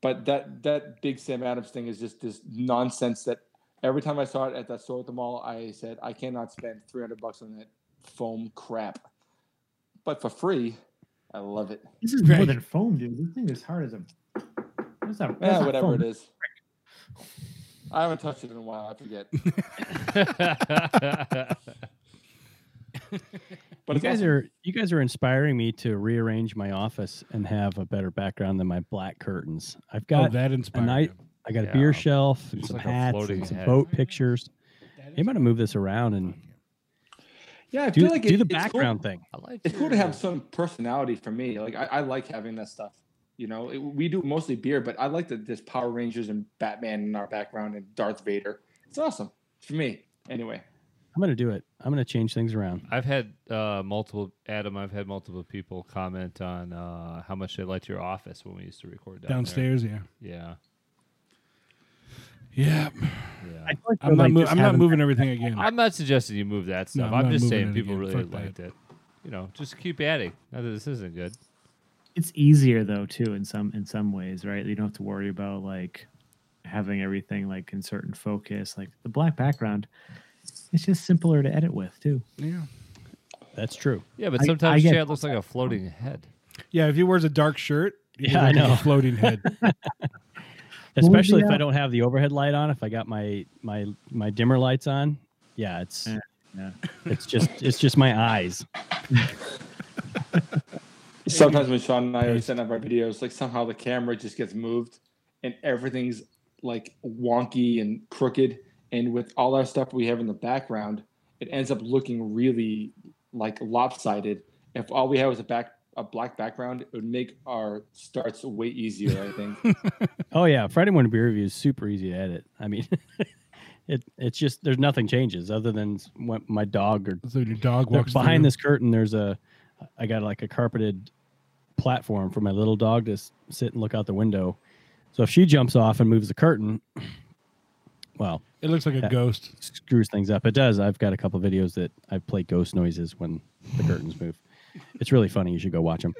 but that that big Sam Adams thing is just this nonsense that every time I saw it at that store at the mall, I said I cannot spend three hundred bucks on that foam crap. But for free, I love it. This is more Right. than foam, dude. This thing is hard as a. What's that? Yeah, Eh, whatever it is. I haven't touched it in a while. I forget. But you it's guys awesome. are you guys are inspiring me to rearrange my office and have a better background than my black curtains. I've Oh, got that inspired. night- him. I got a Yeah. beer shelf, and It's some like a hats, floating and some head. boat pictures. They might have moved this around and Yeah, I do, feel like do it- the it's cool- background thing. I like It's cool to your- uh, have some personality for me. Like I, I like having that stuff. You know, it, we do mostly beer, but I like that there's Power Rangers and Batman in our background and Darth Vader. It's awesome for me. Anyway, I'm gonna do it. I'm gonna change things around. I've had uh, multiple Adam. I've had multiple people comment on uh, how much they liked your office when we used to record down there. downstairs. Yeah, Yeah, yeah. yeah. I feel like I'm not. like, Mo- just I'm not having- moving everything again. I'm not suggesting you move that No, stuff. I'm I'm not just moving saying it people again. really Fuck that. liked it. You know, just keep adding. Not that this isn't good. It's easier though too in some in some ways, right? You don't have to worry about like having everything like in certain focus, like the black background. It's just simpler to edit with too. Yeah, That's true. Yeah, but I- I sometimes get- Chad looks like a floating head. yeah. If he wears a dark shirt, he's Yeah, I like a know. floating head. would be Especially if I that? don't have the overhead light on. If I got my my my dimmer lights on, yeah, it's Yeah, yeah. it's just it's just my eyes. sometimes when Sean and I are setting up our videos, like somehow the camera just gets moved and everything's like wonky and crooked. And with all our stuff we have in the background, it ends up looking really like lopsided. If all we had was a back a black background, it would make our starts way easier, I think. Oh yeah, Friday morning beer review is super easy to edit. I mean, it it's just there's nothing changes other than when my dog or So your dog there- walks behind through. this curtain. There's a I got like a carpeted platform for my little dog to s- sit and look out the window. So if she jumps off and moves the curtain, well, It looks like a Yeah. ghost. screws things up. It does. I've got a couple videos that I play ghost noises when the curtains move. It's really funny. You should go watch them.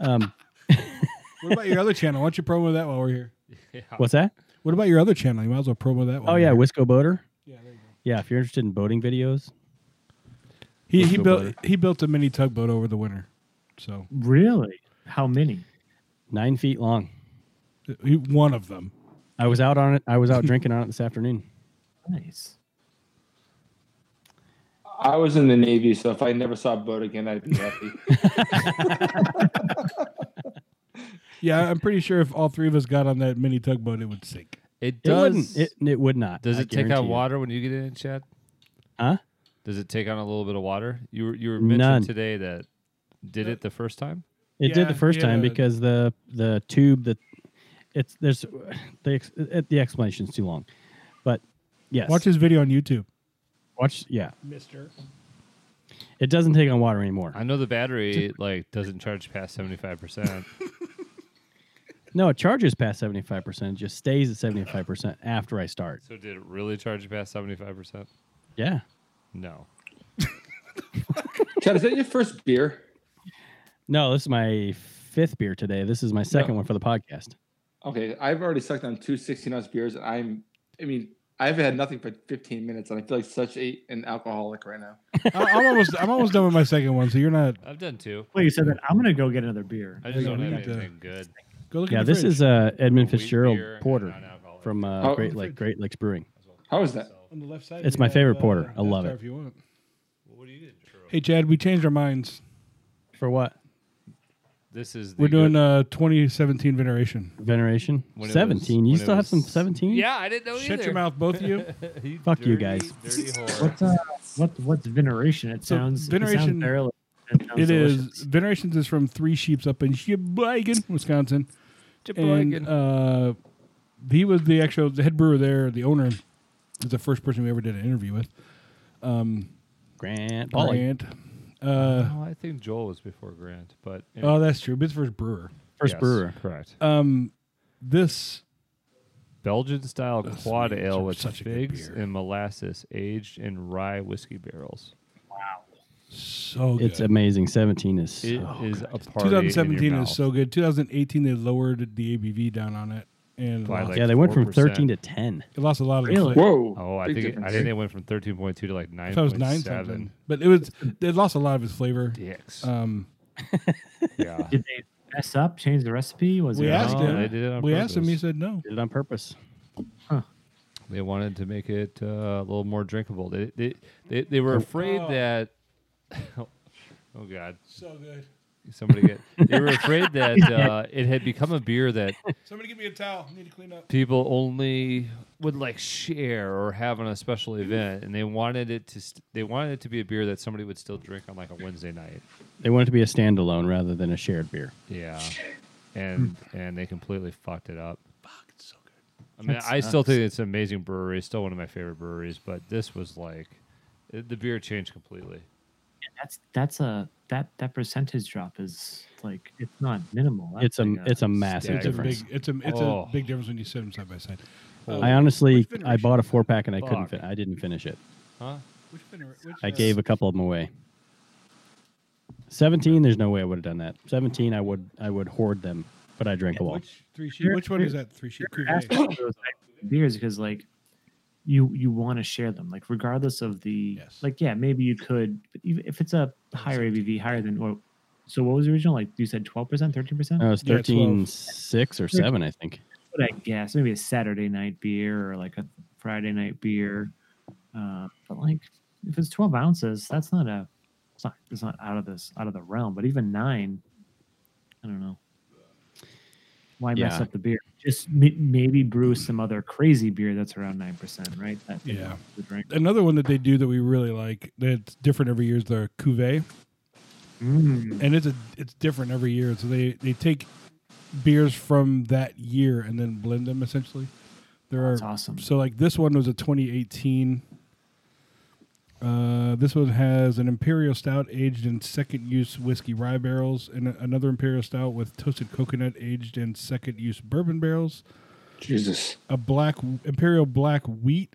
Um, What about your other channel? Why don't you promo that while we're here? Yeah. what's that? What about your other channel? You might as well promo that one. Oh yeah, Wisco Boater. yeah. There you go. Yeah, if you're interested in boating videos, He he Wisco built Boater. he built a mini tugboat over the winter, so Really? How many? nine feet long. he, one of them. I was out on it. I was out drinking on it this afternoon. Nice. I was in the Navy, so if I never saw a boat again, I'd be happy. Yeah, I'm pretty sure if all three of us got on that mini tugboat, it would sink. It It wouldn't. does. It, it would not. does I it take guarantee on you. water when you get in, Chad? Huh? Does it take on a little bit of water? You were you were mentioning None. today that did it the first time. It Yeah, did the first yeah. time because the the tube that it's there's the ex, it, the explanation's too long, but yes, Watch his video on YouTube. watch yeah, Mister. It doesn't take on water anymore. I know the battery like doesn't charge past seventy five percent. No, it charges past seventy five percent. Just stays at seventy five percent after I start. So did it really charge past seventy five percent? Yeah, No. Chad, is that your first beer? no, this is my fifth beer today. This is my second one for the podcast. Okay, I've already sucked on two 16 ounce beers, and I'm, I mean, I haven't had nothing for 15 minutes, and I feel like such a an alcoholic right now. I, I'm almost I'm almost done with my second one, so you're not. I've done two. Well, you said that. I'm gonna go get another beer. I just Yeah, don't we have got the- anything good. Go look. Yeah, at the this fridge. is uh, Edmund Wheat Fitzgerald beer and Porter non-alcoholic. from uh, Oh. Great Lake Great Lakes Brewing. How is that? on the left side. It's we my have, favorite uh, porter. I Death love Star it. If you want. What do you get? Churro? Hey Chad, we changed our minds. For what? This is the We're doing good- uh 2017 veneration. Veneration. When it was- seventeen. you when it still have some was- seventeen. Yeah, I didn't know Shut either. your mouth, both of uh, you. You Fuck you dirty- guys. dirty whore. What's uh, what what's veneration? It So, sounds It veneration- sounds barely- sounds It is delicious. venerations is from Three Sheeps up in Sheboygan, Wisconsin. and uh, he was the actual the head brewer there. The owner is the first person we ever did an interview with. Grant Polly. Grant. Uh, Oh, I think Joel was before Grant, but oh, that's true. But it's first brewer. Uh, first Yes, brewer. correct. This Belgian style quad sweet. ale Such- with such a good figs beer. and molasses, aged in rye whiskey barrels. so good. It's amazing. Seventeen is. It is so- a party. 2017 is so so good. 2018 they lowered the ABV down on it and By lost, like- yeah, they went from 4%. thirteen to ten. it lost a lot of Really? the flavor. Whoa! Oh, I big think it, I difference. think it went from thirteen point two to like I nine thought it was point nine seven. something, but it was it lost a lot of its flavor. Dicks. Um, yeah. Did they mess up? Change the recipe? Was we it asked No, him. they did it on we asked him. He purpose. said no. Did it on purpose. They wanted to make it uh, a little more drinkable. They they they, they were afraid that. oh God. So good. somebody get. They were afraid that uh, it had become a beer that Somebody give me a towel. I need to clean up. people only would like share or have on a special event, and they wanted it to. St- they wanted it to be a beer that somebody would still drink on like a Wednesday night. They want it to be a standalone rather than a shared beer. Yeah, and and they completely fucked it up. Fuck, it's so good. I mean, I still think it's an amazing brewery. Still one of my favorite breweries, but this was like it, the beer changed completely. That's that's a that that percentage drop is like it's not minimal. That's It's a like it's a massive It's a difference. big. It's a it's Oh. a big difference when you sit them side by side. Uh, I honestly which vinegars I you bought a got? four pack and I couldn't. Fuck. Fin- I didn't finish it. Huh? Which vinegar- which, I uh, gave a couple of them away. Seventeen, there's no way I would have done that. Seventeen, I would I would hoard them, but I drank a lot. Which three sheep? Which one is that three sheep? asking Cuvée. for those types of beers because like you you want to share them like regardless of the Yes. like yeah maybe you could but even if it's a higher ABV higher than or so what was the original like you said twelve percent thirteen percent No, it was Yeah, 13, 6 or seven, I think. what I guess maybe a Saturday night beer or like a Friday night beer uh, but like if it's twelve ounces that's not a it's not it's not out of this out of the realm but even nine I don't know why mess Yeah. up the beer just m- maybe brew some other crazy beer that's around nine percent right that they Yeah. want to drink. Another one that they do that we really like that's different every year is the cuvée, Mm. and it's a it's different every year. So they they take beers from that year and then blend them essentially. There That's are awesome. So like this one was a 2018. Uh, this one has an imperial stout aged in second use whiskey rye barrels, and a- another imperial stout with toasted coconut aged in second use bourbon barrels. Jesus. A black imperial black wheat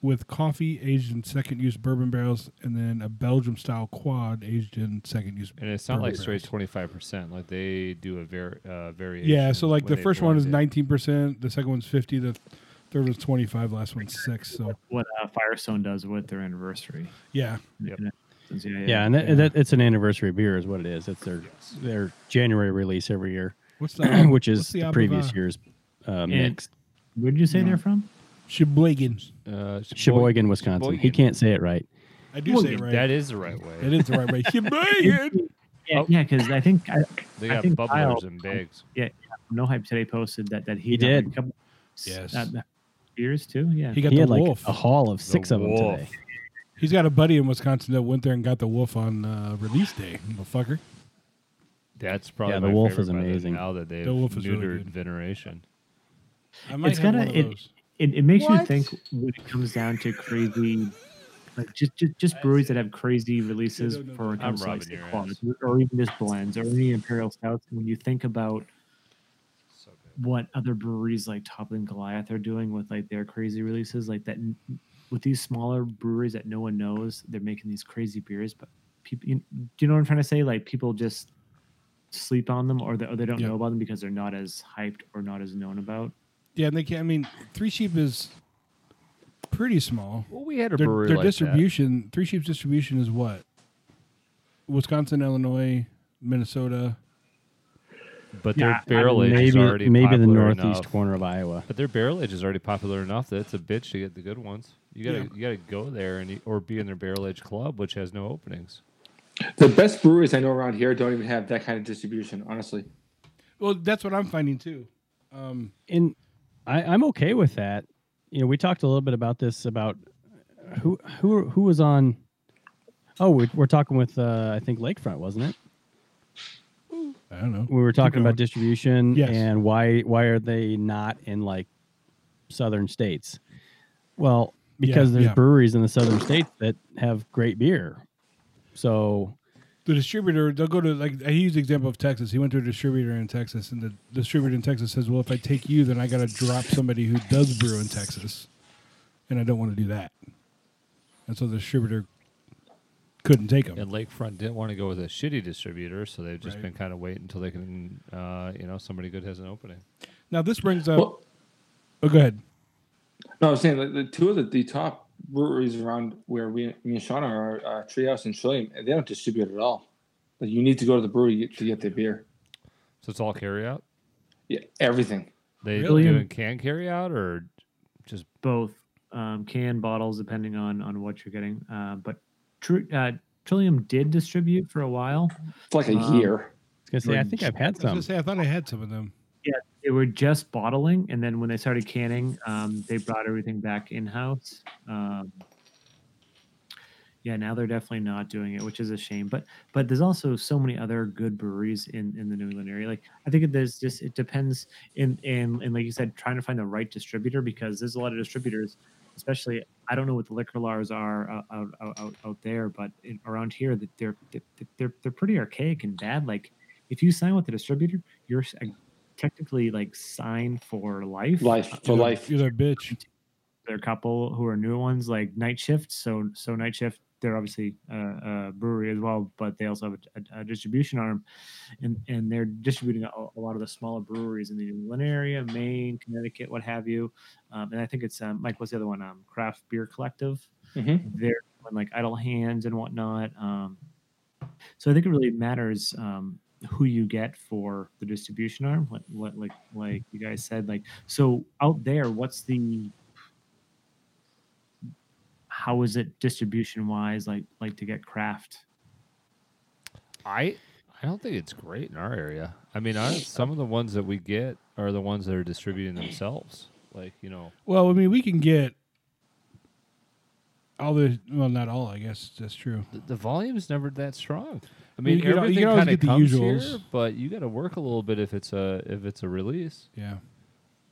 with coffee aged in second use bourbon barrels, and then a Belgium style quad aged in second use. And it's not like bourbon straight barrels. twenty five percent. Like they do a very uh, variation. Yeah, so like when the they first one blend is it. 19%, the second one's 50, the third one's 25, last one's 6. So what uh, Firestone does with their anniversary. yeah, Since- Yeah, yeah. Yeah, and that, that it's an anniversary beer is what it is. It's their their January release every year, what's the which is what's the, Abava? previous year's uh, mix. Where did you say they're from? Sheboygan. Uh, Sheboy- Sheboygan, Wisconsin. He Sheboygan. can't say it right. I do say it right. That is the right way. That is the right way. Sheboygan. Yeah, Oh. yeah, because I think I, They I got think bubblers Kyle- and bags. No Hype today posted that that he, He got like did. a couple, Yes. uh, beers too. Yeah, He got He the had like wolf. a haul of six of them wolf. today. He's got a buddy in Wisconsin that went there and got the wolf on uh, release day. Motherfucker. That's probably Yeah, the my wolf favorite is by them amazing. Now that they've The wolf is neutered really good. veneration. I might It's have gotta- one of it- those. it, it makes you think when it comes down to crazy, like just just, just breweries that have crazy releases No, no, no. for when it I'm comes to like, robbing say, your quads, or even just blends or any imperial stouts. When you think about So good. what other breweries like Toppling Goliath are doing with like their crazy releases, like that with these smaller breweries that no one knows, they're making these crazy beers. But people, you, do you know what I'm trying to say? Like people just sleep on them, or they, or they don't Yeah. know about them because they're not as hyped or not as known about. Yeah, and they can I mean, Three Sheep is pretty small. Well, we had a Their, brewery their like distribution, Three Sheep's distribution is what? Wisconsin, Illinois, Minnesota. that. but Yeah, their barrel age is Maybe already maybe the popular northeast enough. corner of Iowa. But their barrel age is already popular enough that it's a bitch to get the good ones. You gotta Yeah. you gotta go there and you, or be in their barrel age club, which has no openings. The best breweries I know around here don't even have that kind of distribution, honestly. Well, that's what I'm finding too. Um, and I, I'm okay with that. You know, we talked a little bit about this about who who who was on. Oh, we, we're talking with uh, I think Lakefront, wasn't it? I don't know. We were talking going. about distribution Yes. and why why are they not in like southern states? Well, Yeah, because there's yeah. breweries in the southern states that have great beer. So the distributor they'll go to like I used the example of Texas. He went to a distributor in Texas, and the distributor in Texas says, "Well, if I take you, then I got to drop somebody who does brew in Texas, and I don't want to do that." And so the distributor couldn't take him. And Lakefront didn't want to go with a shitty distributor, so they've just Right. been kind of waiting until they can, uh, you know, somebody good has an opening. Now this brings up. Well, oh, go ahead. no, I'm saying like, the two of the, the top breweries around where we, me and Sean are, are uh, Treehouse and Trillium, and they don't distribute at all. Like you need to go to the brewery to get their beer. So it's all carry out. Yeah, everything. They Really? doing can carry out or just both um, can bottles depending on on what you're getting uh, but Tr- uh, trillium did distribute for a while For like a Wow. year. gonna say, I think I've had I was some. gonna say I thought I had some of them. Yeah, they were just bottling, and then when they started canning, um, they brought everything back in house. Um, yeah, now they're definitely not doing it, which is a shame. But but there's also so many other good breweries in, in the New England area. Like I think there's just it depends in in and like you said, trying to find the right distributor because there's a lot of distributors, especially I don't know what the liquor laws are uh, out, out, out out there, but in, around here that they're they're they're pretty archaic and bad. Like if you sign with the distributor, you're s- technically like signed for life. Life for You're the- life. You're that bitch. There are a couple who are new ones like Night Shift. So so Night Shift, they're obviously a, a brewery as well, but they also have a, a, a distribution arm, and and they're distributing a, a lot of the smaller breweries in the New England area, Maine, Connecticut, what have you. Um, and I think it's um, Mike. What's the other one? Um, Craft Beer Collective. Mhm. They're doing like Idle Hands and whatnot. Um, so I think it really matters um, who you get for the distribution arm. Like, what, like, like you guys said, like, so out there, what's the, how is it distribution wise, like, like to get craft? I I don't think it's great in our area. I mean, I, some of the ones that we get are the ones that are distributing themselves. Like you know, Well, I mean, we can get all the well, not all. I guess that's true. the, the volume's never that strong. I mean, you can al- you everything can always kind get of the comes here, usuals. but you got to work a little bit if it's a if it's a release. Yeah.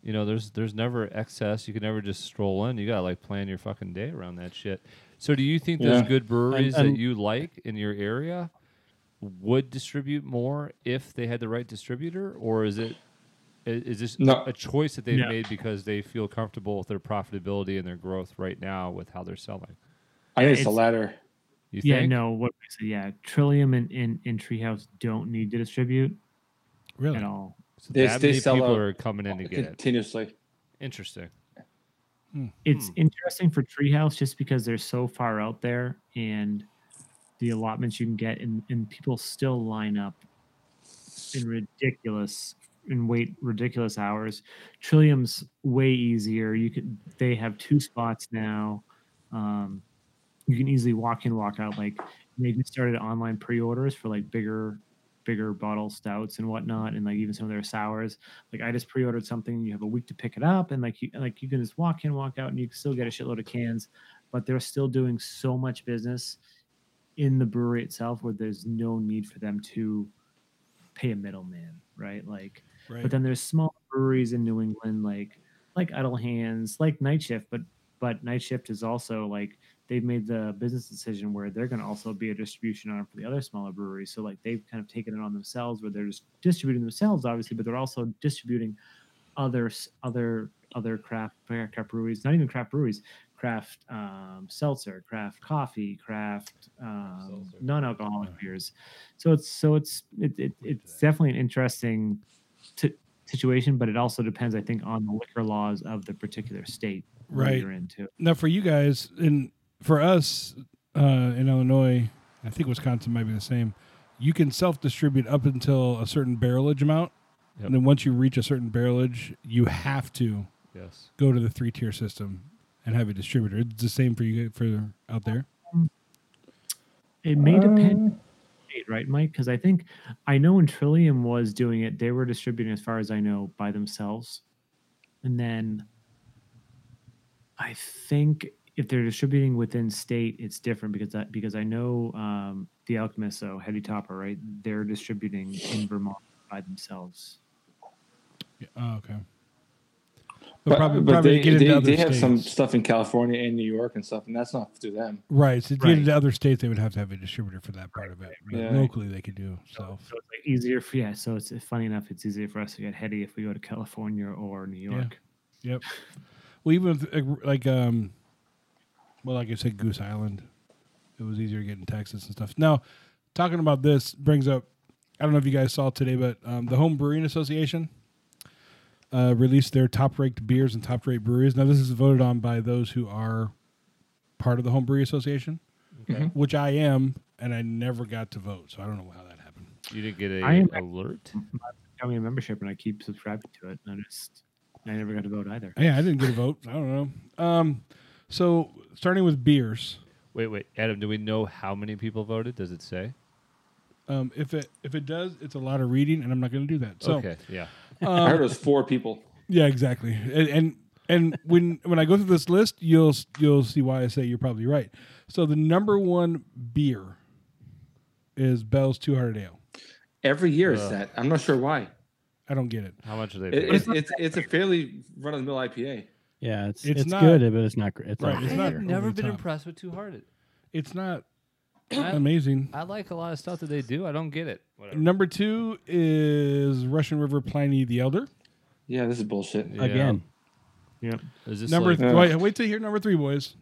You know, there's there's never excess. You can never just stroll in. You gotta like plan your fucking day around that shit. So, do you think there's Yeah. good breweries and- that you like in your area would distribute more if they had the right distributor, or is it i- is this No. a choice that they've No. made because they feel comfortable with their profitability and their growth right now with how they're selling? I think it's the It's- latter. You yeah, think? no, what, so yeah, Trillium and, and, and Treehouse don't need to distribute Really? at all. So They- that they many sell people out are coming in to get it. Continuously. Interesting. it's interesting for Treehouse just because they're so far out there and the allotments you can get, and, and people still line up in ridiculous and wait ridiculous hours. Trillium's way easier. You could they have two spots now. Um, you can easily walk in, walk out. Like they just started online pre-orders for like bigger, bigger bottle stouts and whatnot, and like even some of their sours like I just pre-ordered something, you have a week to pick it up, and like you like you can just walk in, walk out, and you can still get a shitload of cans. But they're still doing so much business in the brewery itself where there's no need for them to pay a middleman, right? Like, Right. but then there's small breweries in New England, like like Idle Hands, like Night Shift, but but Night Shift is also like they've made the business decision where they're going to also be a distribution arm for the other smaller breweries. So like they've kind of taken it on themselves, where they're just distributing themselves, obviously, but they're also distributing other s- other other craft craft breweries, not even craft breweries, craft um, seltzer, craft coffee, craft um, non-alcoholic beers. So it's so it's it, it, it's definitely an interesting t- situation, but it also depends, I think, on the liquor laws of the particular state where Right. you're into. Now for you guys and for us uh, in Illinois, I think Wisconsin might be the same. You can self-distribute up until a certain barrelage amount, Yep. and then once you reach a certain barrelage, you have to Yes. go to the three-tier system and have a distributor. It's the same for you guys for out there. It may depend, on the state, right, Mike? Because I think I know when Trillium was doing it, they were distributing, as far as I know, by themselves, and then I think if they're distributing within state, it's different because that because I know um, the Alchemist, so Hetty Topper, right? They're distributing in Vermont by themselves. Yeah. Oh, okay. So But, probably, but probably they, get into they, other they have some states. stuff in California and New York and stuff, and that's not through them. Right. So to Right. get into other states, they would have to have a distributor for that part of it. But right. locally, they could do self. So it's like easier for yeah. So it's funny enough, it's easier for us to get Hetty if we go to California or New York. Yep. Well, even with, like- like um, well, like I said, Goose Island, it was easier to get in Texas and stuff. Now, talking about this brings up, I don't know if you guys saw today, but um, the Home Brewing Association uh, released their top-ranked beers and top-ranked breweries. Now, this is voted on by those who are part of the Home Brewery Association, which I am, and I never got to vote, so I don't know how that happened. You didn't get a I am- alert. got me a membership and I keep subscribing to it. And I just I never got to vote either. Yeah, I didn't get a vote. I don't know. Um, so starting with beers. Wait, wait, Adam. Do we know how many people voted? Does it say? Um, if it if it does, it's a lot of reading, and I'm not going to do that. So Okay, yeah. Uh, I heard it was four people. Yeah, exactly. And and, and when when I go through this list, you'll you'll see why I say you're probably right. So the number one beer is Bell's Two Hearted Ale. Every year is Ugh. that. I'm not sure why. I don't get it. How much are they? It- it's, it's, it's a fairly run of the mill IPA. Yeah, it's It's it's, not- good, but it's not great. It's Right, not it's great. not- I've never over the been top. impressed with Two Hearted. It's not amazing. I like a lot of stuff that they do. I don't get it. Number two is Russian River Pliny the Elder. Yeah, this is bullshit. Yeah. again. Yep. Is this number like- th- wait, wait till you hear number three, boys.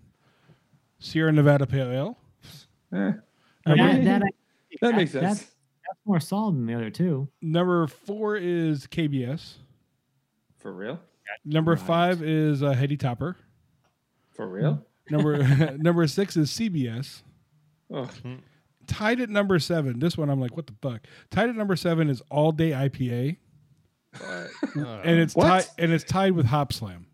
Sierra Nevada Pale Ale. Eh, that, that, that makes sense. that's- that's more solid than the other two. Number four is KBS. For real? Number five is uh, Hetty Topper. For real? Number number six is CBS. Oh, Tied at number seven. This one I'm like, what the fuck? Tied at number seven is All Day IPA, and it's What? tied and it's tied with Hop Slam.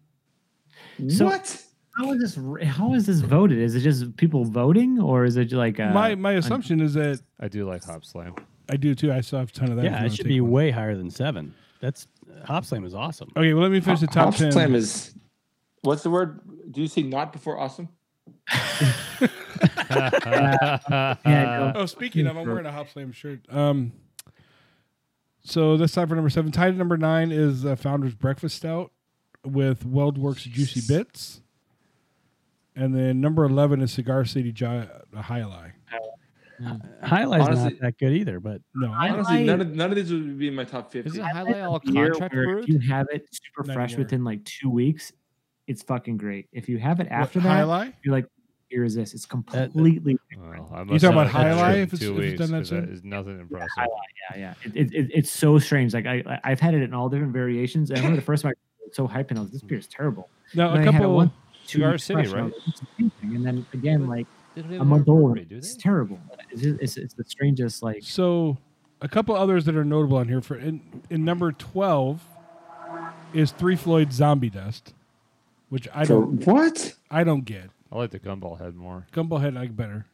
So- what? How is this? r- How is this voted? Is it just people voting, or is it like uh my my assumption is that I do like Hop Slam. I do too. I still have a ton of that. if you Yeah, it wanna should take be one. way higher than seven. That's Hop Slam is awesome. Okay, well let me finish the top Hop ten. Slam is. What's the word? Do you see not before awesome? Uh, Oh, speaking of, I'm wearing a Hop Slam shirt. Um, so that's time for number seven. Tied at number nine is uh, Founder's Breakfast Stout with Weldworks Juicy Bits. And then number 11 is Cigar City Gi- uh, Highlight. Highlight's Honestly- not that good either, but No, I Honestly, like- none of, none of these would be in my top Is 50. it highlight all year contract where if brewed? you have it super Not fresh anymore. within like two weeks, it's fucking great. If you have it after What, that, Highlight? you're like, here is this. It's completely Well, I You must talking about have had that Highlight shit in if it's- two if it's weeks done that 'cause that soon? is nothing impressive. yeah, yeah. It, it, it- it's so strange. Like I, I- I've had it in all different variations, and I remember the first time I was so hyped, and I was this beer is terrible. Now, And a I had it couple. one- two Cigar weeks City, fresh, and I right? was like, "This is amazing." And then again, like They don't a even have month old, brewery, do it's they? terrible. It's, just- it's, it's the strangest. Like So a couple others that are notable on here. for In, in number 12 is Three Floyd Zombie Dust, which I For don't, what? I don't get. I like the gumball head more. Gumball Head, I like better.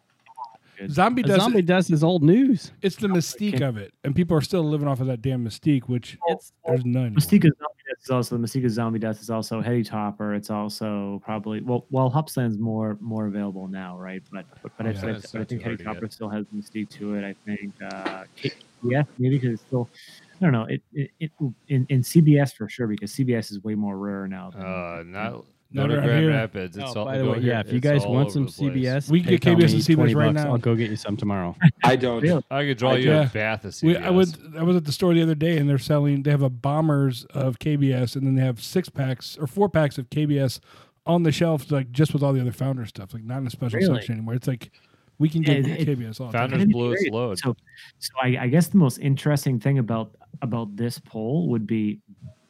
Good. Zombie A Dust zombie dust is old news. It's the mystique of it, and people are still living off of that damn mystique, which It's there's none. Mastika Zombie Death is also the Mastika Zombie Death is also Heady Topper. It's also probably well, well, Hopsland's more more available now, right? But but, but I, Yeah, think- it's but I not think too Heady hard to Topper get. still has mystique to it. I think uh, K- yeah, maybe because it's still I don't know. It it, it in, in CBS for sure because CBS is way more rare now. than- Uh, not No, not they're in out Grand here. Rapids. It's all Oh, by the go way, here, yeah. If you it's guys all want over some the place. CBS, We can get PayPal KBS and me CBS 20 right bucks. now. I'll go get you some tomorrow. I don't. Really? I could draw I you do. a bath of CBS. We, I was I was at the store the other day, and they're selling. They have a bombers of KBS, and then they have six packs or four packs of KBS on the shelf, like just with all the other founder stuff, like not in a special Really? section anymore. It's like we can Yeah, get it- it- KBS all the time. Founders That'd be blew its great. load. So, so I, I guess the most interesting thing about about this poll would be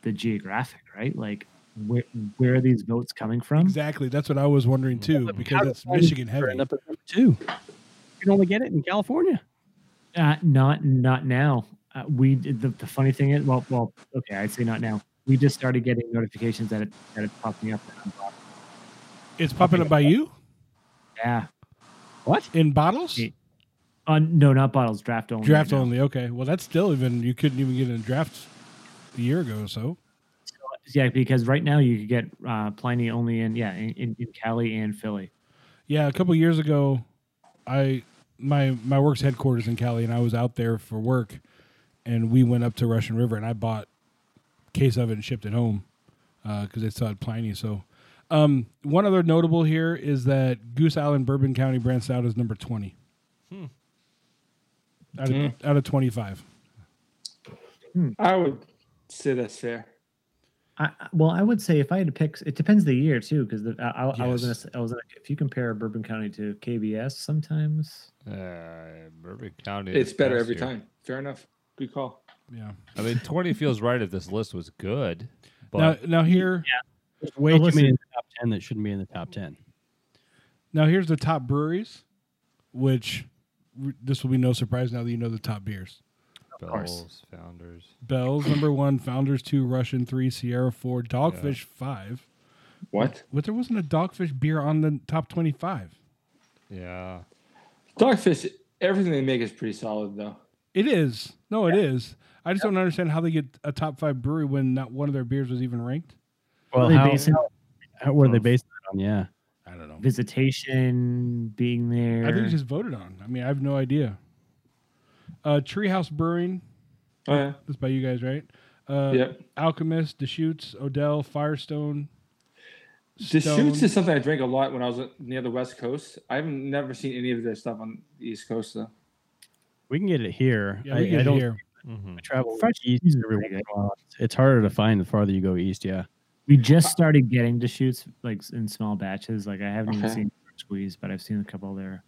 the geographic, right? Like where where are these votes coming from? Exactly. That's what I was wondering too, because it's California Michigan or heavy. End up at number two. You can only get it in California. Uh, not not now. Uh, we did- the, the funny thing is, well, well, okay, I'd say not now. We just started getting notifications that it that it's popping up. It's popping up by you Yeah. What? in bottles, Yeah. Uh, no, not bottles. Draft only. draft right now. only. Okay, well that's still even. You couldn't even get in drafts a year ago or so. Yeah, because right now you could get uh, Pliny only in yeah in, in, in Cali and Philly. Yeah, a couple years ago, I my my work's headquarters in Cali, and I was out there for work, and we went up to Russian River, and I bought a case of it and shipped it home because they still had Pliny. So, um, one other notable here is that Goose Island Bourbon County branch out is number twenty. Out of, out of 25. I would say that's fair. I, I- well, I would say if I had to pick, it depends the year too, because I, I, I was gonna, Yes. say- I was gonna, if you compare Bourbon County to KBS, sometimes Uh, Bourbon County. It's this better past every year. time. Fair enough. Good call. Yeah. I mean, twenty feels right if this list was good. But now, now here, There's way Oh, too listen. many in the top ten that shouldn't be in the top ten. now here's the top breweries, which r- this will be no surprise now that you know the top beers. course. Bells, Founders. Bells number one, Founders two, Russian three, Sierra four, Dogfish five. What? But there wasn't a Dogfish beer on the top twenty-five. Yeah. Dogfish, everything they make is pretty solid, though. It is. No, it is. I just don't understand how they get a top five brewery when not one of their beers was even ranked. Well, how, how were they based on? Yeah. I don't know. Visitation being there. I think it's just voted on. I mean, I have no idea. Uh, Treehouse Brewing. Oh, yeah. That's by you guys, right? Uh, Yep. Alchemist, Deschutes, Odell, Firestone. Deschutes Stone. is something I drank a lot when I was near the West Coast. I've never seen any of their stuff on the East Coast though. We can get it here. Yeah, we get it here. I travel Fresh east cheese is every pretty once in a while. It's harder to find the farther you go east. Yeah. We just started getting to shoots like in small batches. Like I haven't even Okay. seen squeeze, but I've seen a couple there.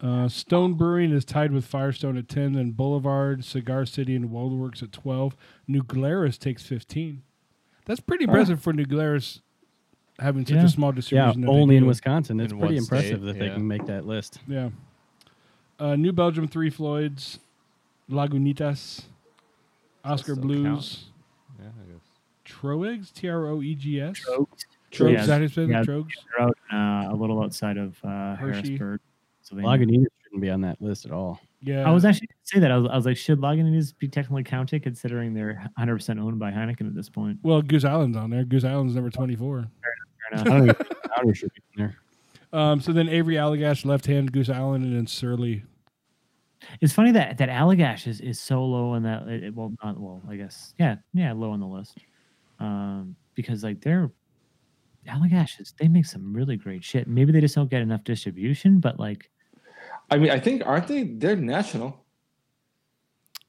Uh, Stone Brewing is tied with Firestone at 10, then Boulevard, Cigar City, and Waldworks at 12. New Glarus takes 15. That's pretty impressive for New Glarus having such Yeah. a small Yeah, distribution. that they only in do. Wisconsin. It's In pretty one impressive state, that they yeah. can make that list. Yeah. Uh, New Belgium, Three Floyds, Lagunitas, Oscar still Blues, count. Yeah, I guess. Troegs, T R O E G S. Trogs. Is that his name? Yeah. Trogs? They're out uh, a little outside of uh, Hershey. Harrisburg. Pennsylvania. Lagunitas shouldn't be on that list at all. Yeah. I was actually gonna say that. I was, I was like, should Lagunitas be technically counted considering they're 100 percent owned by Heineken at this point? well, Goose Island's on there. Goose Island's number 24. Fair I enough. don't even think Powder should be in there. Um, so then Avery Allagash, Left Hand, Goose Island, and then Surly. it's funny that that Allagash is, is so low on that. It, it- well, not well, I guess. Yeah, yeah, low on the list. Um, because like they're Allagash is they make some really great shit. Maybe they just don't get enough distribution, but like I mean, I think aren't they? They're national.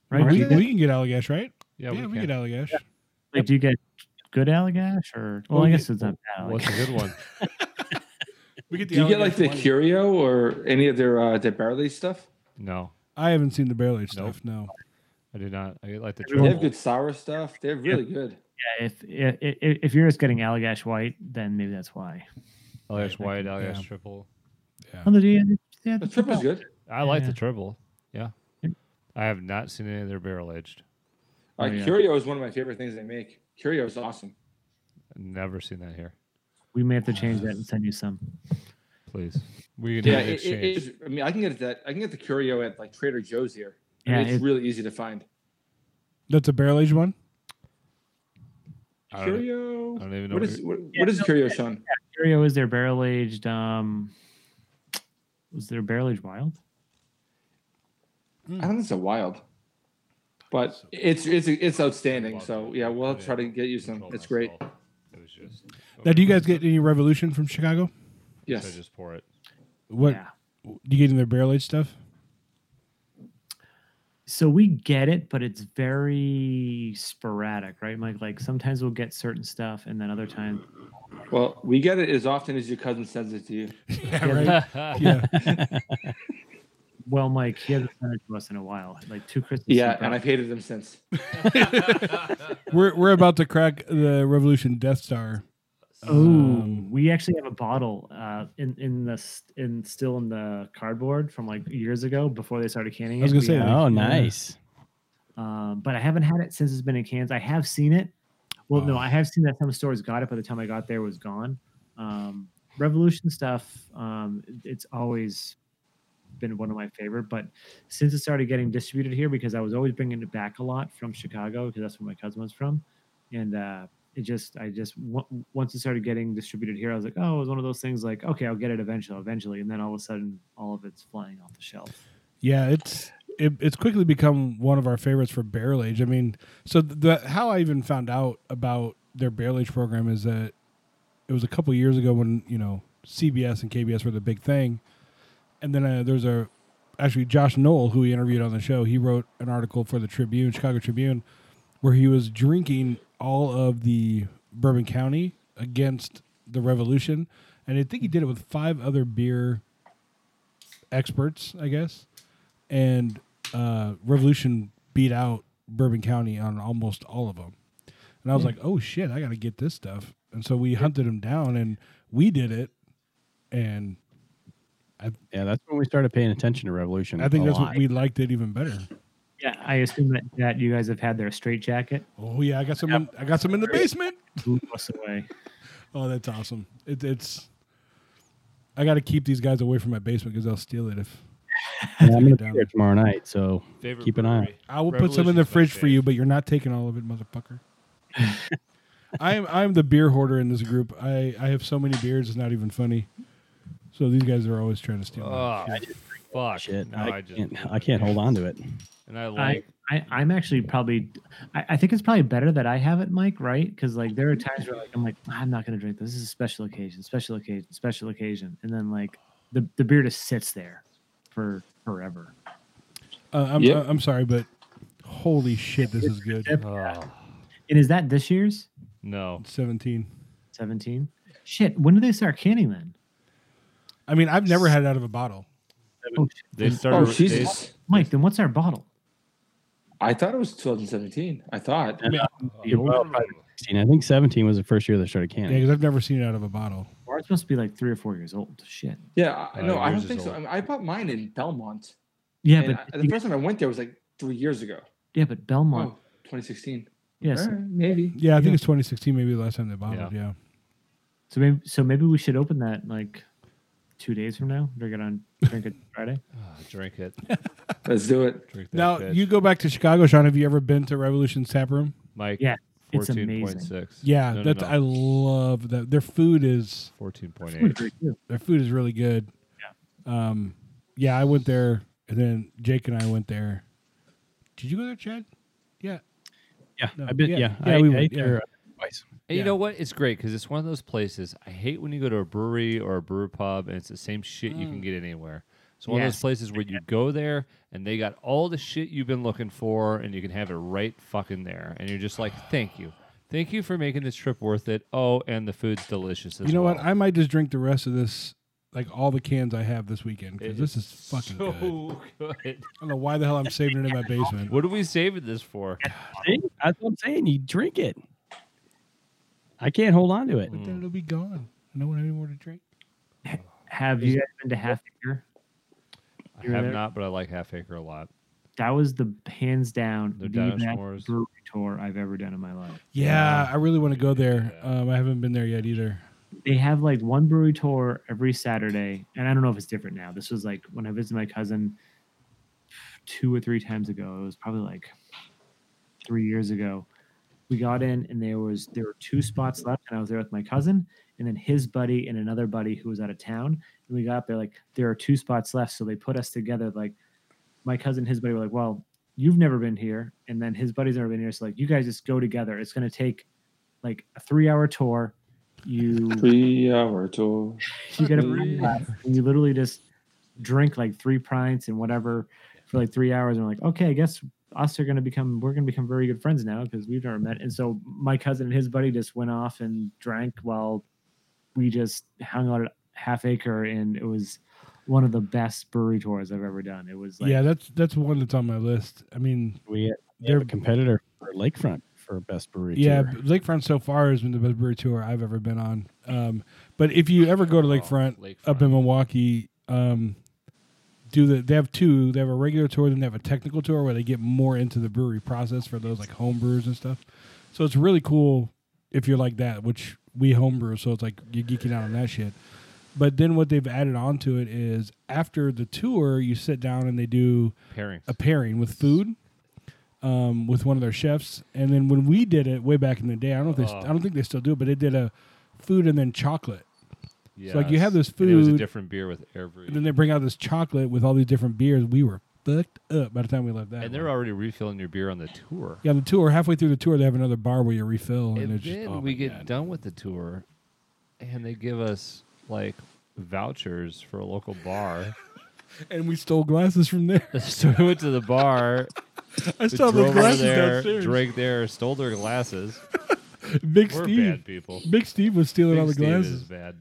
right, do we, you get, we can get Allagash, right? Yeah, we, get can. Allagash. like, do you get good Allagash or well, Well, I you- guess it's not bad. What's a good one? We get the Do you get like Allagash the wine. Curio or any of their uh, their barley stuff? No, I haven't seen the barrel aged stuff. No. I do not. I like the They have triple. good sour stuff. They're really good. if, if if if you're just getting Allagash white, then maybe that's why. Allagash White, Allagash Yeah. Triple. Oh, they do- they have The the triple's triple. good. I like Yeah. the triple. Yeah. Yeah. I have not seen any of their barrel aged. Uh, yeah. Curio is one of my favorite things they make. Curio is awesome. Never seen that here. We may have to change that and send you some. Please. We can Yeah, yeah, it, it exchange. is. I mean, I can get that. I can get the Curio at like Trader Joe's here. I Yeah, mean, it's it- really easy to find. That's a barrel aged one? I don't- Curio. I don't even know What what is you're- what, Yeah, what is no, Curio, Sean? Curio is their barrel aged. Um, was their barrel aged wild? I don't think it's a wild, but it's it's it's outstanding. So yeah, we'll try to get you some. control It's great. myself. It was just. Now, do you guys get any Revolution from Chicago? So I Yes. just pour it. What Yeah. do you get in their barrel aged stuff? So we get it, but it's very sporadic, right, Mike? Like sometimes we'll get certain stuff, and then other times, Well, we get it as often as your cousin sends it to you. Yeah, right? yeah. well, Mike, he hasn't sent it to us in a while, like two Christmas. Yeah, and I've hated them since. We're, we're about to crack the Revolution Death Star. oh, Um, we actually have a bottle uh, in in the s- in still in the cardboard from like years ago before they started canning it. I was gonna We say, have- Yeah. Oh, nice. um, but I haven't had it since it's been in cans. I have seen it. Well, no, Oh. I have seen that some stores got it, but the time I got there it was gone. Um, Revolution stuff, um, it's always been one of my favorite. But since it started getting distributed here, because I was always bringing it back a lot from Chicago, because that's where my cousin was from, and uh, it just, I just on- once it started getting distributed here, I was like, oh, it was one of those things like, okay, I'll get it eventually, eventually, and then all of a sudden, all of it's flying off the shelf. Yeah, it's it, it's quickly become one of our favorites for barrel age. I mean, so the how I even found out about their barrel age program is that it was a couple years ago when you know CBS and KBS were the big thing, and then uh, there's a actually Josh Knoll who we interviewed on the show. He wrote an article for the Tribune, Chicago Tribune, where he was drinking all of the Bourbon County against the Revolution, and I think he did it with five other beer experts, I guess. And uh, Revolution beat out Bourbon County on almost all of them. And I Hmm. was like, oh shit, I got to get this stuff. And so we hunted him down and we did it. And Yeah, that's when we started paying attention to Revolution. I think a that's lot. what we liked it even better. Yeah, I assume that, that you guys have had their straight jacket. Oh yeah, I got some. In, I got some in the basement. blew us away. Oh, that's awesome. It, it's. I got to keep these guys away from my basement because they'll steal it if Yeah, I'm gonna be here tomorrow night, so Favorite keep an eye. brewery. I will put some in Revolution's the my fridge for you, but you're not taking all of it, motherfucker. I am I am the beer hoarder in this group. I, I have so many beers, it's not even funny. So these guys are always trying to steal. Oh, my shit. fuck. Shit, No, I, I, just can't. I can't hold on to it. and I I, like I I'm actually probably I, I think it's probably better that I have it, Mike. Right? Because like there are times where like I'm like I'm not gonna drink this. This is a special occasion, special occasion, special occasion, and then like the the beer just sits there for forever. Uh, I'm Yep. uh, I'm sorry, but holy shit, this is good. oh, And is that this year's no. Seventeen. 17? Shit, when do they start canning then? I mean, I've never had it out of a bottle. Oh, shit. They started. Oh they- Jesus! Mike, then what's our bottle? I thought it was 2017. I thought. And, uh, Oh, well, probably 16. I think 17 was the first year they started Yeah, canning. because I've never seen it out of a bottle. Ours must be like three or four years old. Shit. Yeah, I Uh, no, I yours don't is think so. old. I, mean, I bought mine in Belmont. Yeah, and but I- the first time I went there was like three years ago. yeah, but Oh, Belmont. 2016. yes. All right, maybe. Yeah, I think it's 2016, maybe the last time they bottled. Yeah. So maybe so maybe we should open that like two days from now. Drink it on drink it Friday. Ah, drink it. Let's do it. Drink that Now bitch. you go back to Chicago, Sean. Have you ever been to Revolution's tap room? Mike. Yeah, it's Fourteen point six. Yeah, No, no, that's no. I love that. Their food is Fourteen point Ooh, eight. great too. Their food is really good. Yeah. Um, yeah, I went there, and then Jake and I went there. Did you go there, Chad? Yeah. Yeah, No, I've been. yeah, Yeah, yeah, I, we I would, ate yeah. there twice. And Yeah. you know what? It's great because it's one of those places. I hate when you go to a brewery or a brew pub and it's the same shit you Mm. can get anywhere. It's one of those Yes. places where you go there and they got all the shit you've been looking for and you can have it right fucking there. And you're just like, thank you. Thank you for making this trip worth it. Oh, and the food's delicious as you know well. what? I might just drink the rest of this, like all the cans I have this weekend, because It this is fucking good. so good. I don't know why the hell I'm saving it in my basement. What are we saving this for? See? That's what I'm saying. You drink it. I can't hold on to it. Hmm, uh, But then it'll be gone. I don't want any more to drink. Have you guys been to Half Acre? I You were have there? not, but I like Half Acre a lot. That was the hands down The the dinosaurs. best brewery tour I've ever done in my life. Yeah, I really want to go there. Yeah. Um, I haven't been there yet either. They have like one brewery tour every Saturday, and I don't know if it's different now. This was like when I visited my cousin two or three times ago. It was probably like three years ago. We got in, and there was there were two spots left, and I was there with my cousin, and then his buddy and another buddy who was out of town. And we got there like there are two spots left, so they put us together. Like my cousin, and his buddy were like, "Well, you've never been here," and then his buddy's never been here, so like you guys just go together. It's gonna take like a three-hour tour. You Three hour tour. you get a Three. pint glass and you literally just drink like three pints and whatever for like three hours and we're like okay i guess us are going to become we're going to become very good friends now because we've never met and so my cousin and his buddy just went off and drank while we just hung out at half acre and it was one of the best brewery tours i've ever done it was like yeah, that's that's one that's on my list. I mean, We They're- they're a competitor for Lakefront for best brewery. Yeah, tour. b- Lakefront so far has been the best brewery tour I've ever been on. Um, but if you ever go to Oh, Lakefront, up Lakefront. in Milwaukee, um, do the they have two. They have a regular tour, then they have a technical tour where they get more into the brewery process for those like home brewers and stuff. So it's really cool if you're like that, which we homebrew, so it's like you're geeking out on that shit. But then what they've added on to it is after the tour, you sit down and they do Pairings. a pairing with food um, with one of their chefs. And then when we did it way back in the day, I don't think I don't think they still do it, but they did a food and then chocolate. Yeah. like, you have this It was a food- different beer with every. And then they bring out this chocolate with all these different beers. We were fucked up by the time we left that. and they're one. already refilling your beer on the tour. yeah, the tour halfway through the tour, they have another bar where you refill, and, and it's just, then oh we my get God. done with the tour, and they give us like vouchers for a local bar. and we stole glasses from there. so we went to the bar, I we still have those drove over glasses there, downstairs. drank there, stole their glasses. Big We're Steve, bad people. Big Steve was stealing all Big the Steve glasses. is bad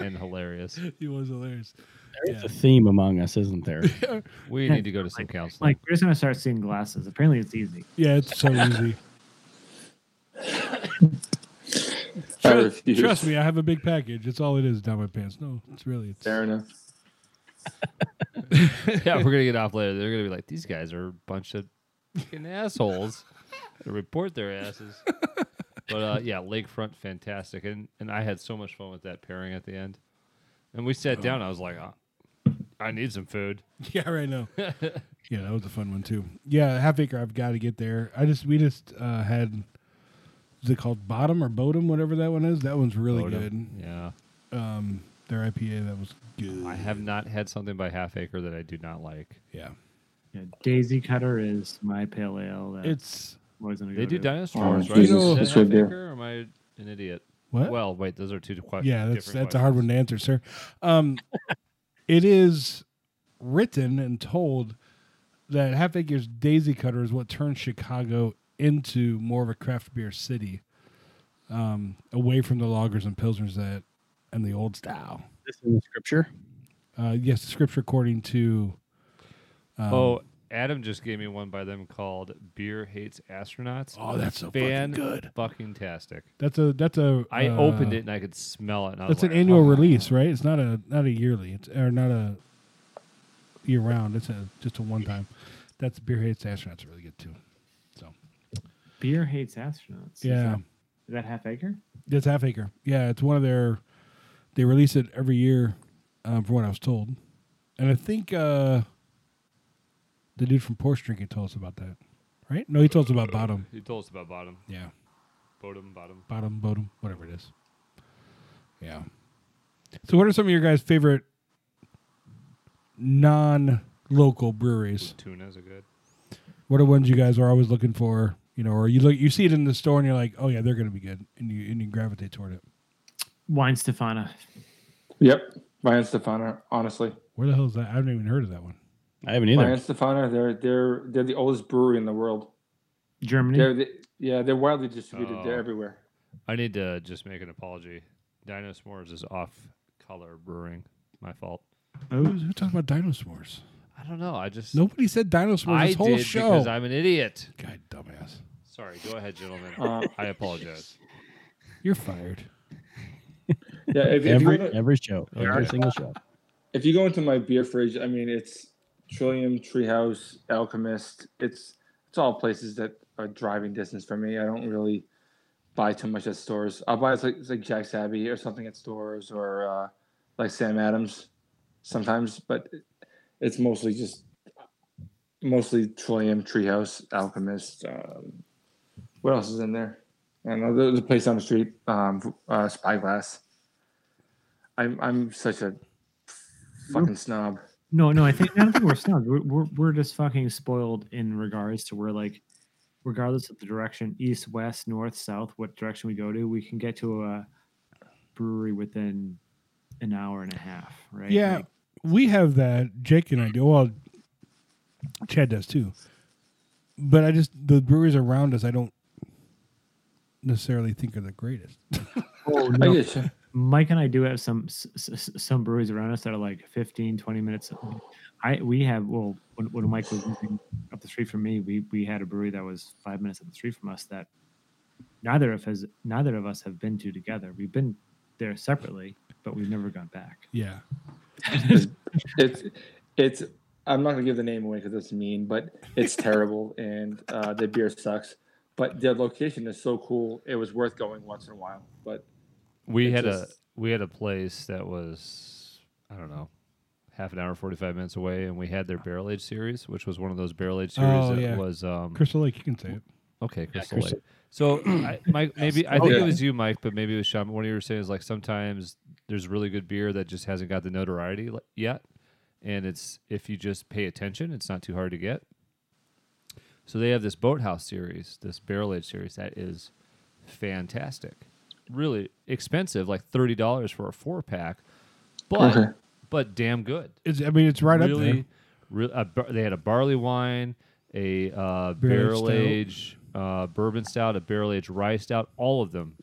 and hilarious. He was hilarious. there is a theme among us, isn't there? We need to go to some counseling. like we're just going to start seeing glasses apparently it's easy Yeah, it's so easy. I Trust, refuse. trust me, I have a big package. It's all it is down my pants. No, it's really it's Fair enough. yeah, we're gonna get off later. They're gonna be like, these guys are a bunch of fucking assholes. to report their asses. But uh, yeah, Lakefront, fantastic, and and I had so much fun with that pairing at the end. And we sat down. I was like, "Ah, I need some food. Yeah, right now. yeah, that was a fun one too. Yeah, half acre. I've got to get there. I just we just uh, had. Is it called Bottom or Bodum? Whatever that one is. That one's really good. Bodum, Yeah. Um, their IPA that was good. I have not had something by Half Acre that I do not like. Yeah. Yeah, Daisy Cutter is my pale ale. That It's wasn't They do dinosaurs, dinosaurs, Oh, right? right? Jesus, Is that this Half would be- Acre, or am I an idiot? What? Well, wait, those are two questions. yeah, that's that's a hard one to answer, sir. Um, it is written and told that Half Acre's Daisy Cutter is what turned Chicago into more of a craft beer city, um, away from the loggers and pilsners that and the old style. This in the scripture. Uh, yes, the scripture according to. um, oh, Adam just gave me one by them called "Beer Hates Astronauts." Oh, that's so fucking good. fucking tastic. that's a that's a. I uh, opened it and I could smell it. And I was That's an like, annual "Oh." release, right? It's not a not a yearly. It's or not a year round. It's a just a one time. That's beer hates astronauts really good too. Beer hates astronauts. Is Yeah. that- Is that half acre? That's half acre. Yeah, it's one of their. They release it every year, um, from what I was told, and I think uh, the dude from Porsche Drinking told us about that, right? No, he told us about Bottom, He told us about bottom. Yeah. Bottom, bottom. Bottom, Bottom, whatever it is. Yeah. So, what are some of your guys' favorite non-local breweries? Tunas are good. What are ones you guys are always looking for? You know, or you look, you see it in the store, and you're like, "Oh yeah, they're going to be good," and you and you gravitate toward it. Wine Stefana. Yep, Ryan Stefano. Honestly, Where the hell is that? I haven't even heard of that one. I haven't Ryan Stefano. They're they're they're the oldest brewery in the world. Germany. They're the, yeah, they're widely distributed. Oh. They're everywhere. I need to just make an apology. Dino S'mores is off color brewing. My fault. Oh. Who's, who's talking about dinosaurs? I don't know. I just Nobody said dinosaurs I this whole did show. because I'm an idiot. God, dumbass. Sorry. Go ahead, gentlemen. Uh, I apologize. You're fired. Yeah, if, if, you every go to, every show, Yeah. every single show. if you go into my beer fridge, I mean, it's Trillium, Treehouse, Alchemist. It's it's all places that are driving distance for me. I don't really buy too much at stores. I'll buy like like Jack's Abbey or something at stores or uh, like Sam Adams sometimes, but it's mostly just mostly Trillium, Treehouse, Alchemist. Um, what else is in there? I don't know. There's a place down the street, um, uh, Spyglass. I'm I'm such a fucking snob. No, no, I think I don't think we're snobs. We're, we're we're just fucking spoiled in regards to where like, regardless of the direction, east, west, north, south, what direction we go to, we can get to a brewery within an hour and a half, right? Yeah, Like, we have that. Jake and I do. Well, Chad does too. But I just the breweries around us, I don't necessarily think are the greatest. oh, I no. get you. Mike and I do have some s- s- s- some breweries around us that are like 15, 20 minutes. I we have well when, when Mike was living up the street from me, we we had a brewery that was five minutes up the street from us that neither of us neither of us have been to together. We've been there separately, but we've never gone back. Yeah. It's it's. I'm not gonna give the name away because it's mean, but it's terrible and uh, the beer sucks. But their location is so cool; it was worth going once in a while. But We It had a just- we had a place that was I don't know half an hour, forty five minutes away, and we had their barrel age series, which was one of those barrel age series Oh, that yeah. was um, Crystal Lake, you can say it. okay, Crystal Crystal- Lake. So, I, Mike, maybe I Oh, think yeah. it was you, Mike, but maybe it was Sean. but One of you were saying is like sometimes there's really good beer that just hasn't got the notoriety li- yet, and it's if you just pay attention, it's not too hard to get. So they have this boathouse series, this barrel age series that is fantastic. Really expensive, like thirty dollars for a four pack, but Okay. but damn good. It's, I mean, it's right up there. really, re- a bar- they had a barley wine, a uh, Barrel barrel age uh, bourbon stout, a barrel aged rye stout. All of them,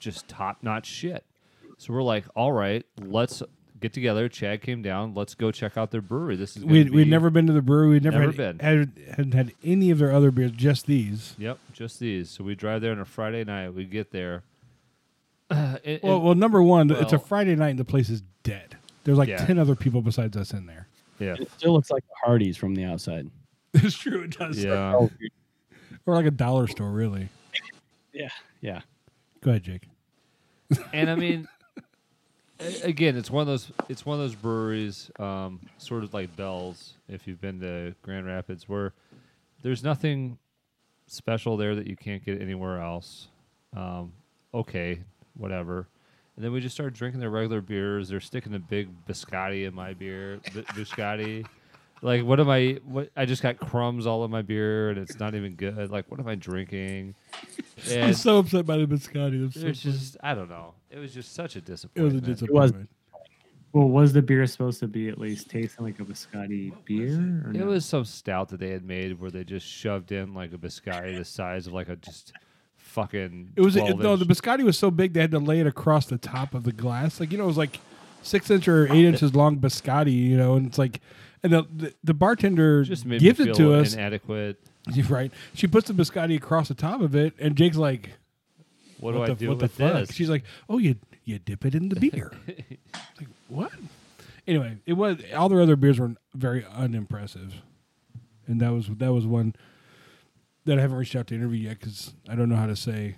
just top notch shit. So we're like, all right, let's get together. Chad came down. Let's go check out their brewery. This is gonna We'd, we'd be- never been to the brewery. We'd never, Never had, been. Had, hadn't had any of their other beers, just these. Yep, just these. So we drive there on a Friday night. We get there. And- Well, and- well, number one, it's a well- Friday night and the place is dead. There's like Yeah. 10 other people besides us in there. yeah, It still looks like the Hardee's from the outside. it's true. It does. yeah. Oh, Or like a dollar store, really. yeah, yeah. Go ahead, Jake. and I mean, a- again, it's one of those it's one of those breweries, um, sort of like Bell's, if you've been to Grand Rapids, where there's nothing special there that you can't get anywhere else. Um, okay, whatever. And then we just started drinking their regular beers. They're sticking the big biscotti in my beer, b- biscotti. Like, what am I? What I just got crumbs all in my beer, and it's not even good. Like, what am I drinking? I'm And- so upset by the biscotti. That's so it's funny. just I don't know. It was just such a it was a disappointment. disappointment. Well, was the beer supposed to be at least tasting like a biscotti beer? Or It no? was some stout that they had made where they just shoved in like a biscotti the size of like a just fucking. It was, it 12 no, inch- the biscotti was so big they had to lay it across the top of the glass. Like you know, it was like six inch or eight inches long biscotti. You know, and it's like, and the the, the bartender just made gives me it feel to us. inadequate. You're right. She puts the biscotti across the top of it, and Jake's like, What, do I the, do What with the fuck?" this? She's like, "Oh, you you dip it in the beer." It's like what? Anyway, it was all their other beers were very unimpressive, and that was that was one that I haven't reached out to interview yet because I don't know how to say.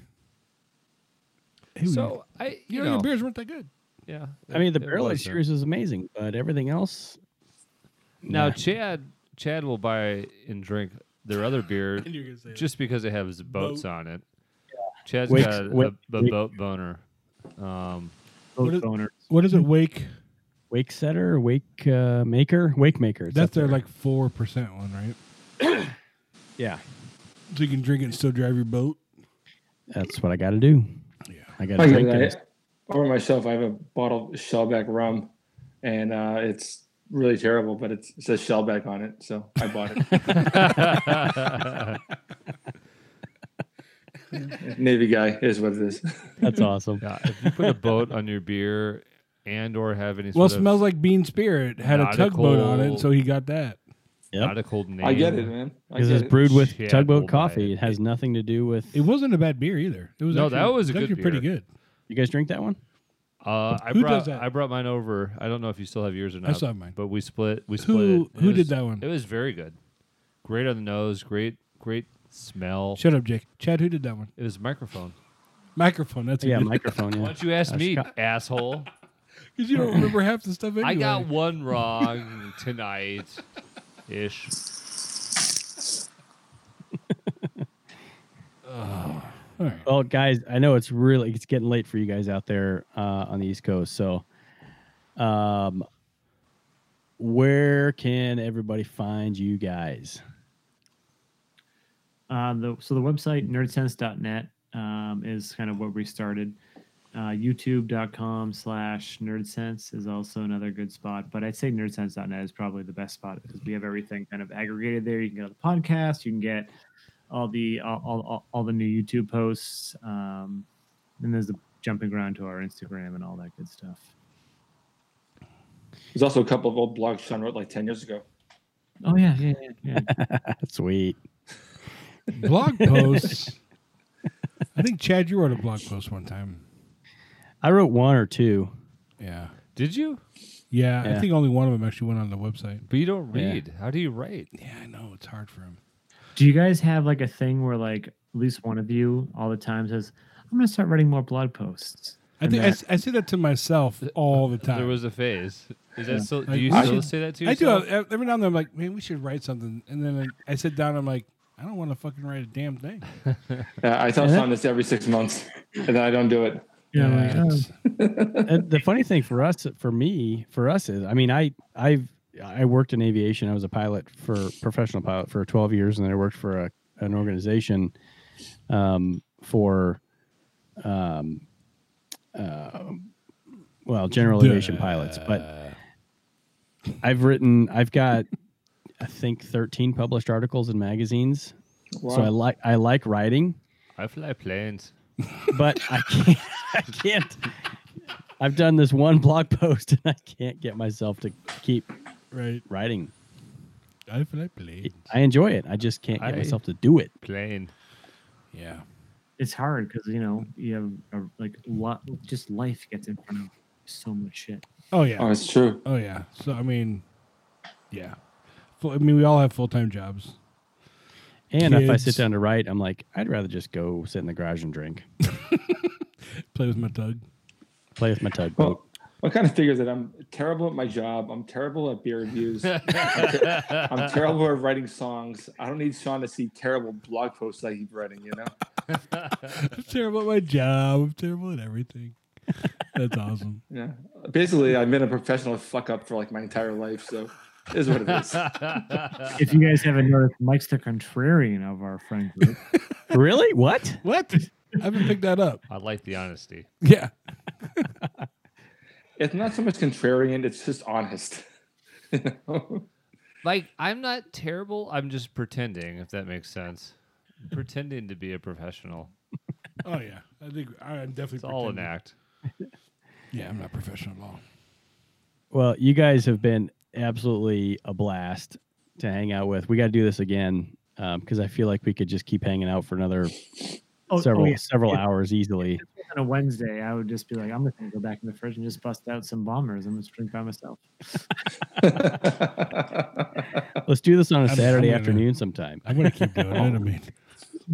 Hey, so I, you, you know, know, your beers weren't that good. yeah. I mean, the it barrel uh, aged wasn't. series is amazing, but everything else. Now Nah. Chad, Chad will buy and drink their other beer And you're gonna say that. just because it has boats Boat. on it. Chad's Wake- got a, wake- a- a wake- boat boner. Um, Both What is- boners. What is it? Wake. Wake setter, wake uh, maker, wake maker. It's That's up there. their like four percent one, right? yeah. So you can drink it and still drive your boat. That's what I got to do. Yeah. I got to Like, drink I, those. over myself, I have a bottle of Shellback rum, and uh, it's really terrible, but it's, it says Shellback on it, so I bought it. Navy guy is what it is. That's awesome. Yeah, if you put a boat on your beer and or have any Well, sort smells of like Bean Spirit had a tugboat on it, nautical- so he got that. Yep. nautical name. I get it, man. I Because get it's it. brewed with Shit, tugboat we'll buy coffee. it. It has nothing to do with. It wasn't a bad beer either. It was No, actually- that was a it good actually pretty beer. good. You guys drink that one? Uh, I Who brought does that? I brought mine over. I don't know if you still have yours or I not. still have mine. But we split. We split. Who- it. It who did was- that one? It was very good. Great on the nose. Great great smell. Shut up, Jake. Chad, who did that one? It was microphone. Microphone. That's a Yeah, good microphone. Why Yeah. don't you ask Uh, me, Scott- asshole? Because you don't remember half the stuff anyway. I got one wrong tonight, ish. All right. Well, guys, I know it's really it's getting late for you guys out there uh, on the East Coast. So, um, where can everybody find you guys? Uh, the, so the website nerdsense.net um, is kind of where we started. Uh, YouTube.com slash nerdsense is also another good spot, but I'd say nerdsense.net is probably the best spot because we have everything kind of aggregated there. You can get the podcast, you can get all the all, all, all, all the new YouTube posts, um, and there's the jumping around to our Instagram and all that good stuff. There's also a couple of old blogs Sean wrote like 10 years ago. Oh yeah, yeah, yeah. yeah. Sweet. blog posts. I think Chad, you wrote a blog post one time. I wrote one or two. Yeah. Did you? Yeah, I Yeah. think only one of them actually went on the website. But you don't Yeah. read. How do you write? Yeah, I know it's hard for him. Do you guys have like a thing where like at least one of you all the time says, "I'm going to start writing more blog posts"? I and think I, that- s- I say that to myself all the time. There was a phase. Is that still? Do you I still should- say that to I do yourself? have- every now and then. I'm like, man, we should write something. And then I, I sit down. I'm like, I don't want to fucking write a damn thing. Uh, I tell Yeah. Sean this every six months, and then I don't do it. Yeah, I'm like, it's- Uh, the funny thing for us, for me, for us is, I mean, I I've I worked in aviation. I was a pilot for professional pilot for 12 years, and then I worked for a, an organization um, for um, uh, well, general aviation pilots. But I've written, I've got, I think, 13 published articles in magazines. So I like I like writing I fly planes. but I can't. I can't. I've done this one blog post and I can't get myself to keep right. writing. I feel like blade. I enjoy it. I just can't get I- myself to do it. Plane. Yeah. it's hard because you know you have a, like lot. Just life gets in front of so much shit. Oh yeah. Oh, it's true. Oh yeah. So I mean, yeah. Full, I mean, we all have full time jobs. And if I Kids. sit down to write, I'm like, I'd rather just go sit in the garage and drink, Play with my tug. play with my tugboat. Well, What kind of figures that I'm terrible at my job. I'm terrible at beer reviews. I'm, ter- I'm terrible at writing songs. I don't need Sean to see terrible blog posts I keep writing. You know. I'm terrible at my job. I'm terrible at everything. That's awesome. Yeah. Basically, I've been a professional fuck up for like my entire life. So it is what it is. if you guys haven't noticed, Mike's the contrarian of our friend group. really? What? What? I haven't picked that up. I like the honesty. Yeah. it's not so much contrarian, it's just honest. you know? Like I'm not terrible. I'm just pretending, if that makes sense. pretending to be a professional. Oh yeah. I think I'm definitely. It's all an pretending. act. Yeah, I'm not professional at all. Well, you guys have been absolutely a blast to hang out with. We got to do this again because I feel like we could just keep hanging out for another Oh, several oh, yeah. several Yeah. hours easily. On a Wednesday, I would just be like, I'm just gonna go back in the fridge and just bust out some bombers and just drink by myself. Let's do this on a I'm- Saturday I'm gonna- afternoon sometime. I'm gonna keep doing it. I mean,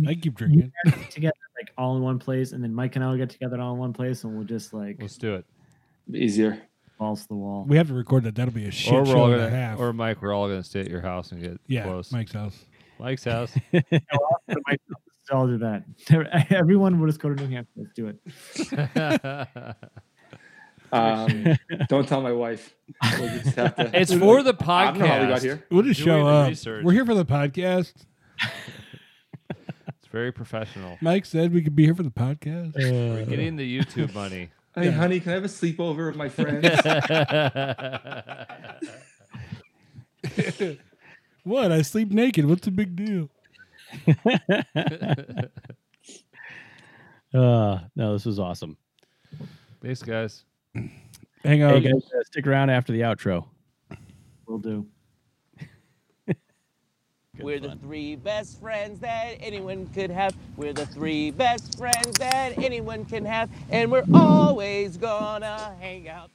I keep drinking. together, like all in one place, and then Mike and I will get together all in one place, and we'll just like Let's do it. Easier. balls to the wall. We have to record that. That'll be a shit or we're show all and a gonna, half. or Mike, we're all gonna stay at your house and get yeah, close. Mike's house. Mike's house. Mike, let's all do that. Everyone will just go to New Hampshire. Let's do it. it's Um, don't tell my wife. We'll just have to- for the podcast. I don't know how we got here. We'll just Doing show the up. research. We're here for the podcast. It's very professional. Mike said we could be here for the podcast. We're Uh, getting the YouTube money. Hey, honey, can I have a sleepover with my friends? what? I sleep naked. What's the big deal? Uh, no, this was awesome. Thanks, guys. Hang on. Hey guys, uh, stick around after the outro. We'll do. Good We're the fun. three best friends that anyone could have. We're the three best friends that anyone can have. And we're always gonna hang out.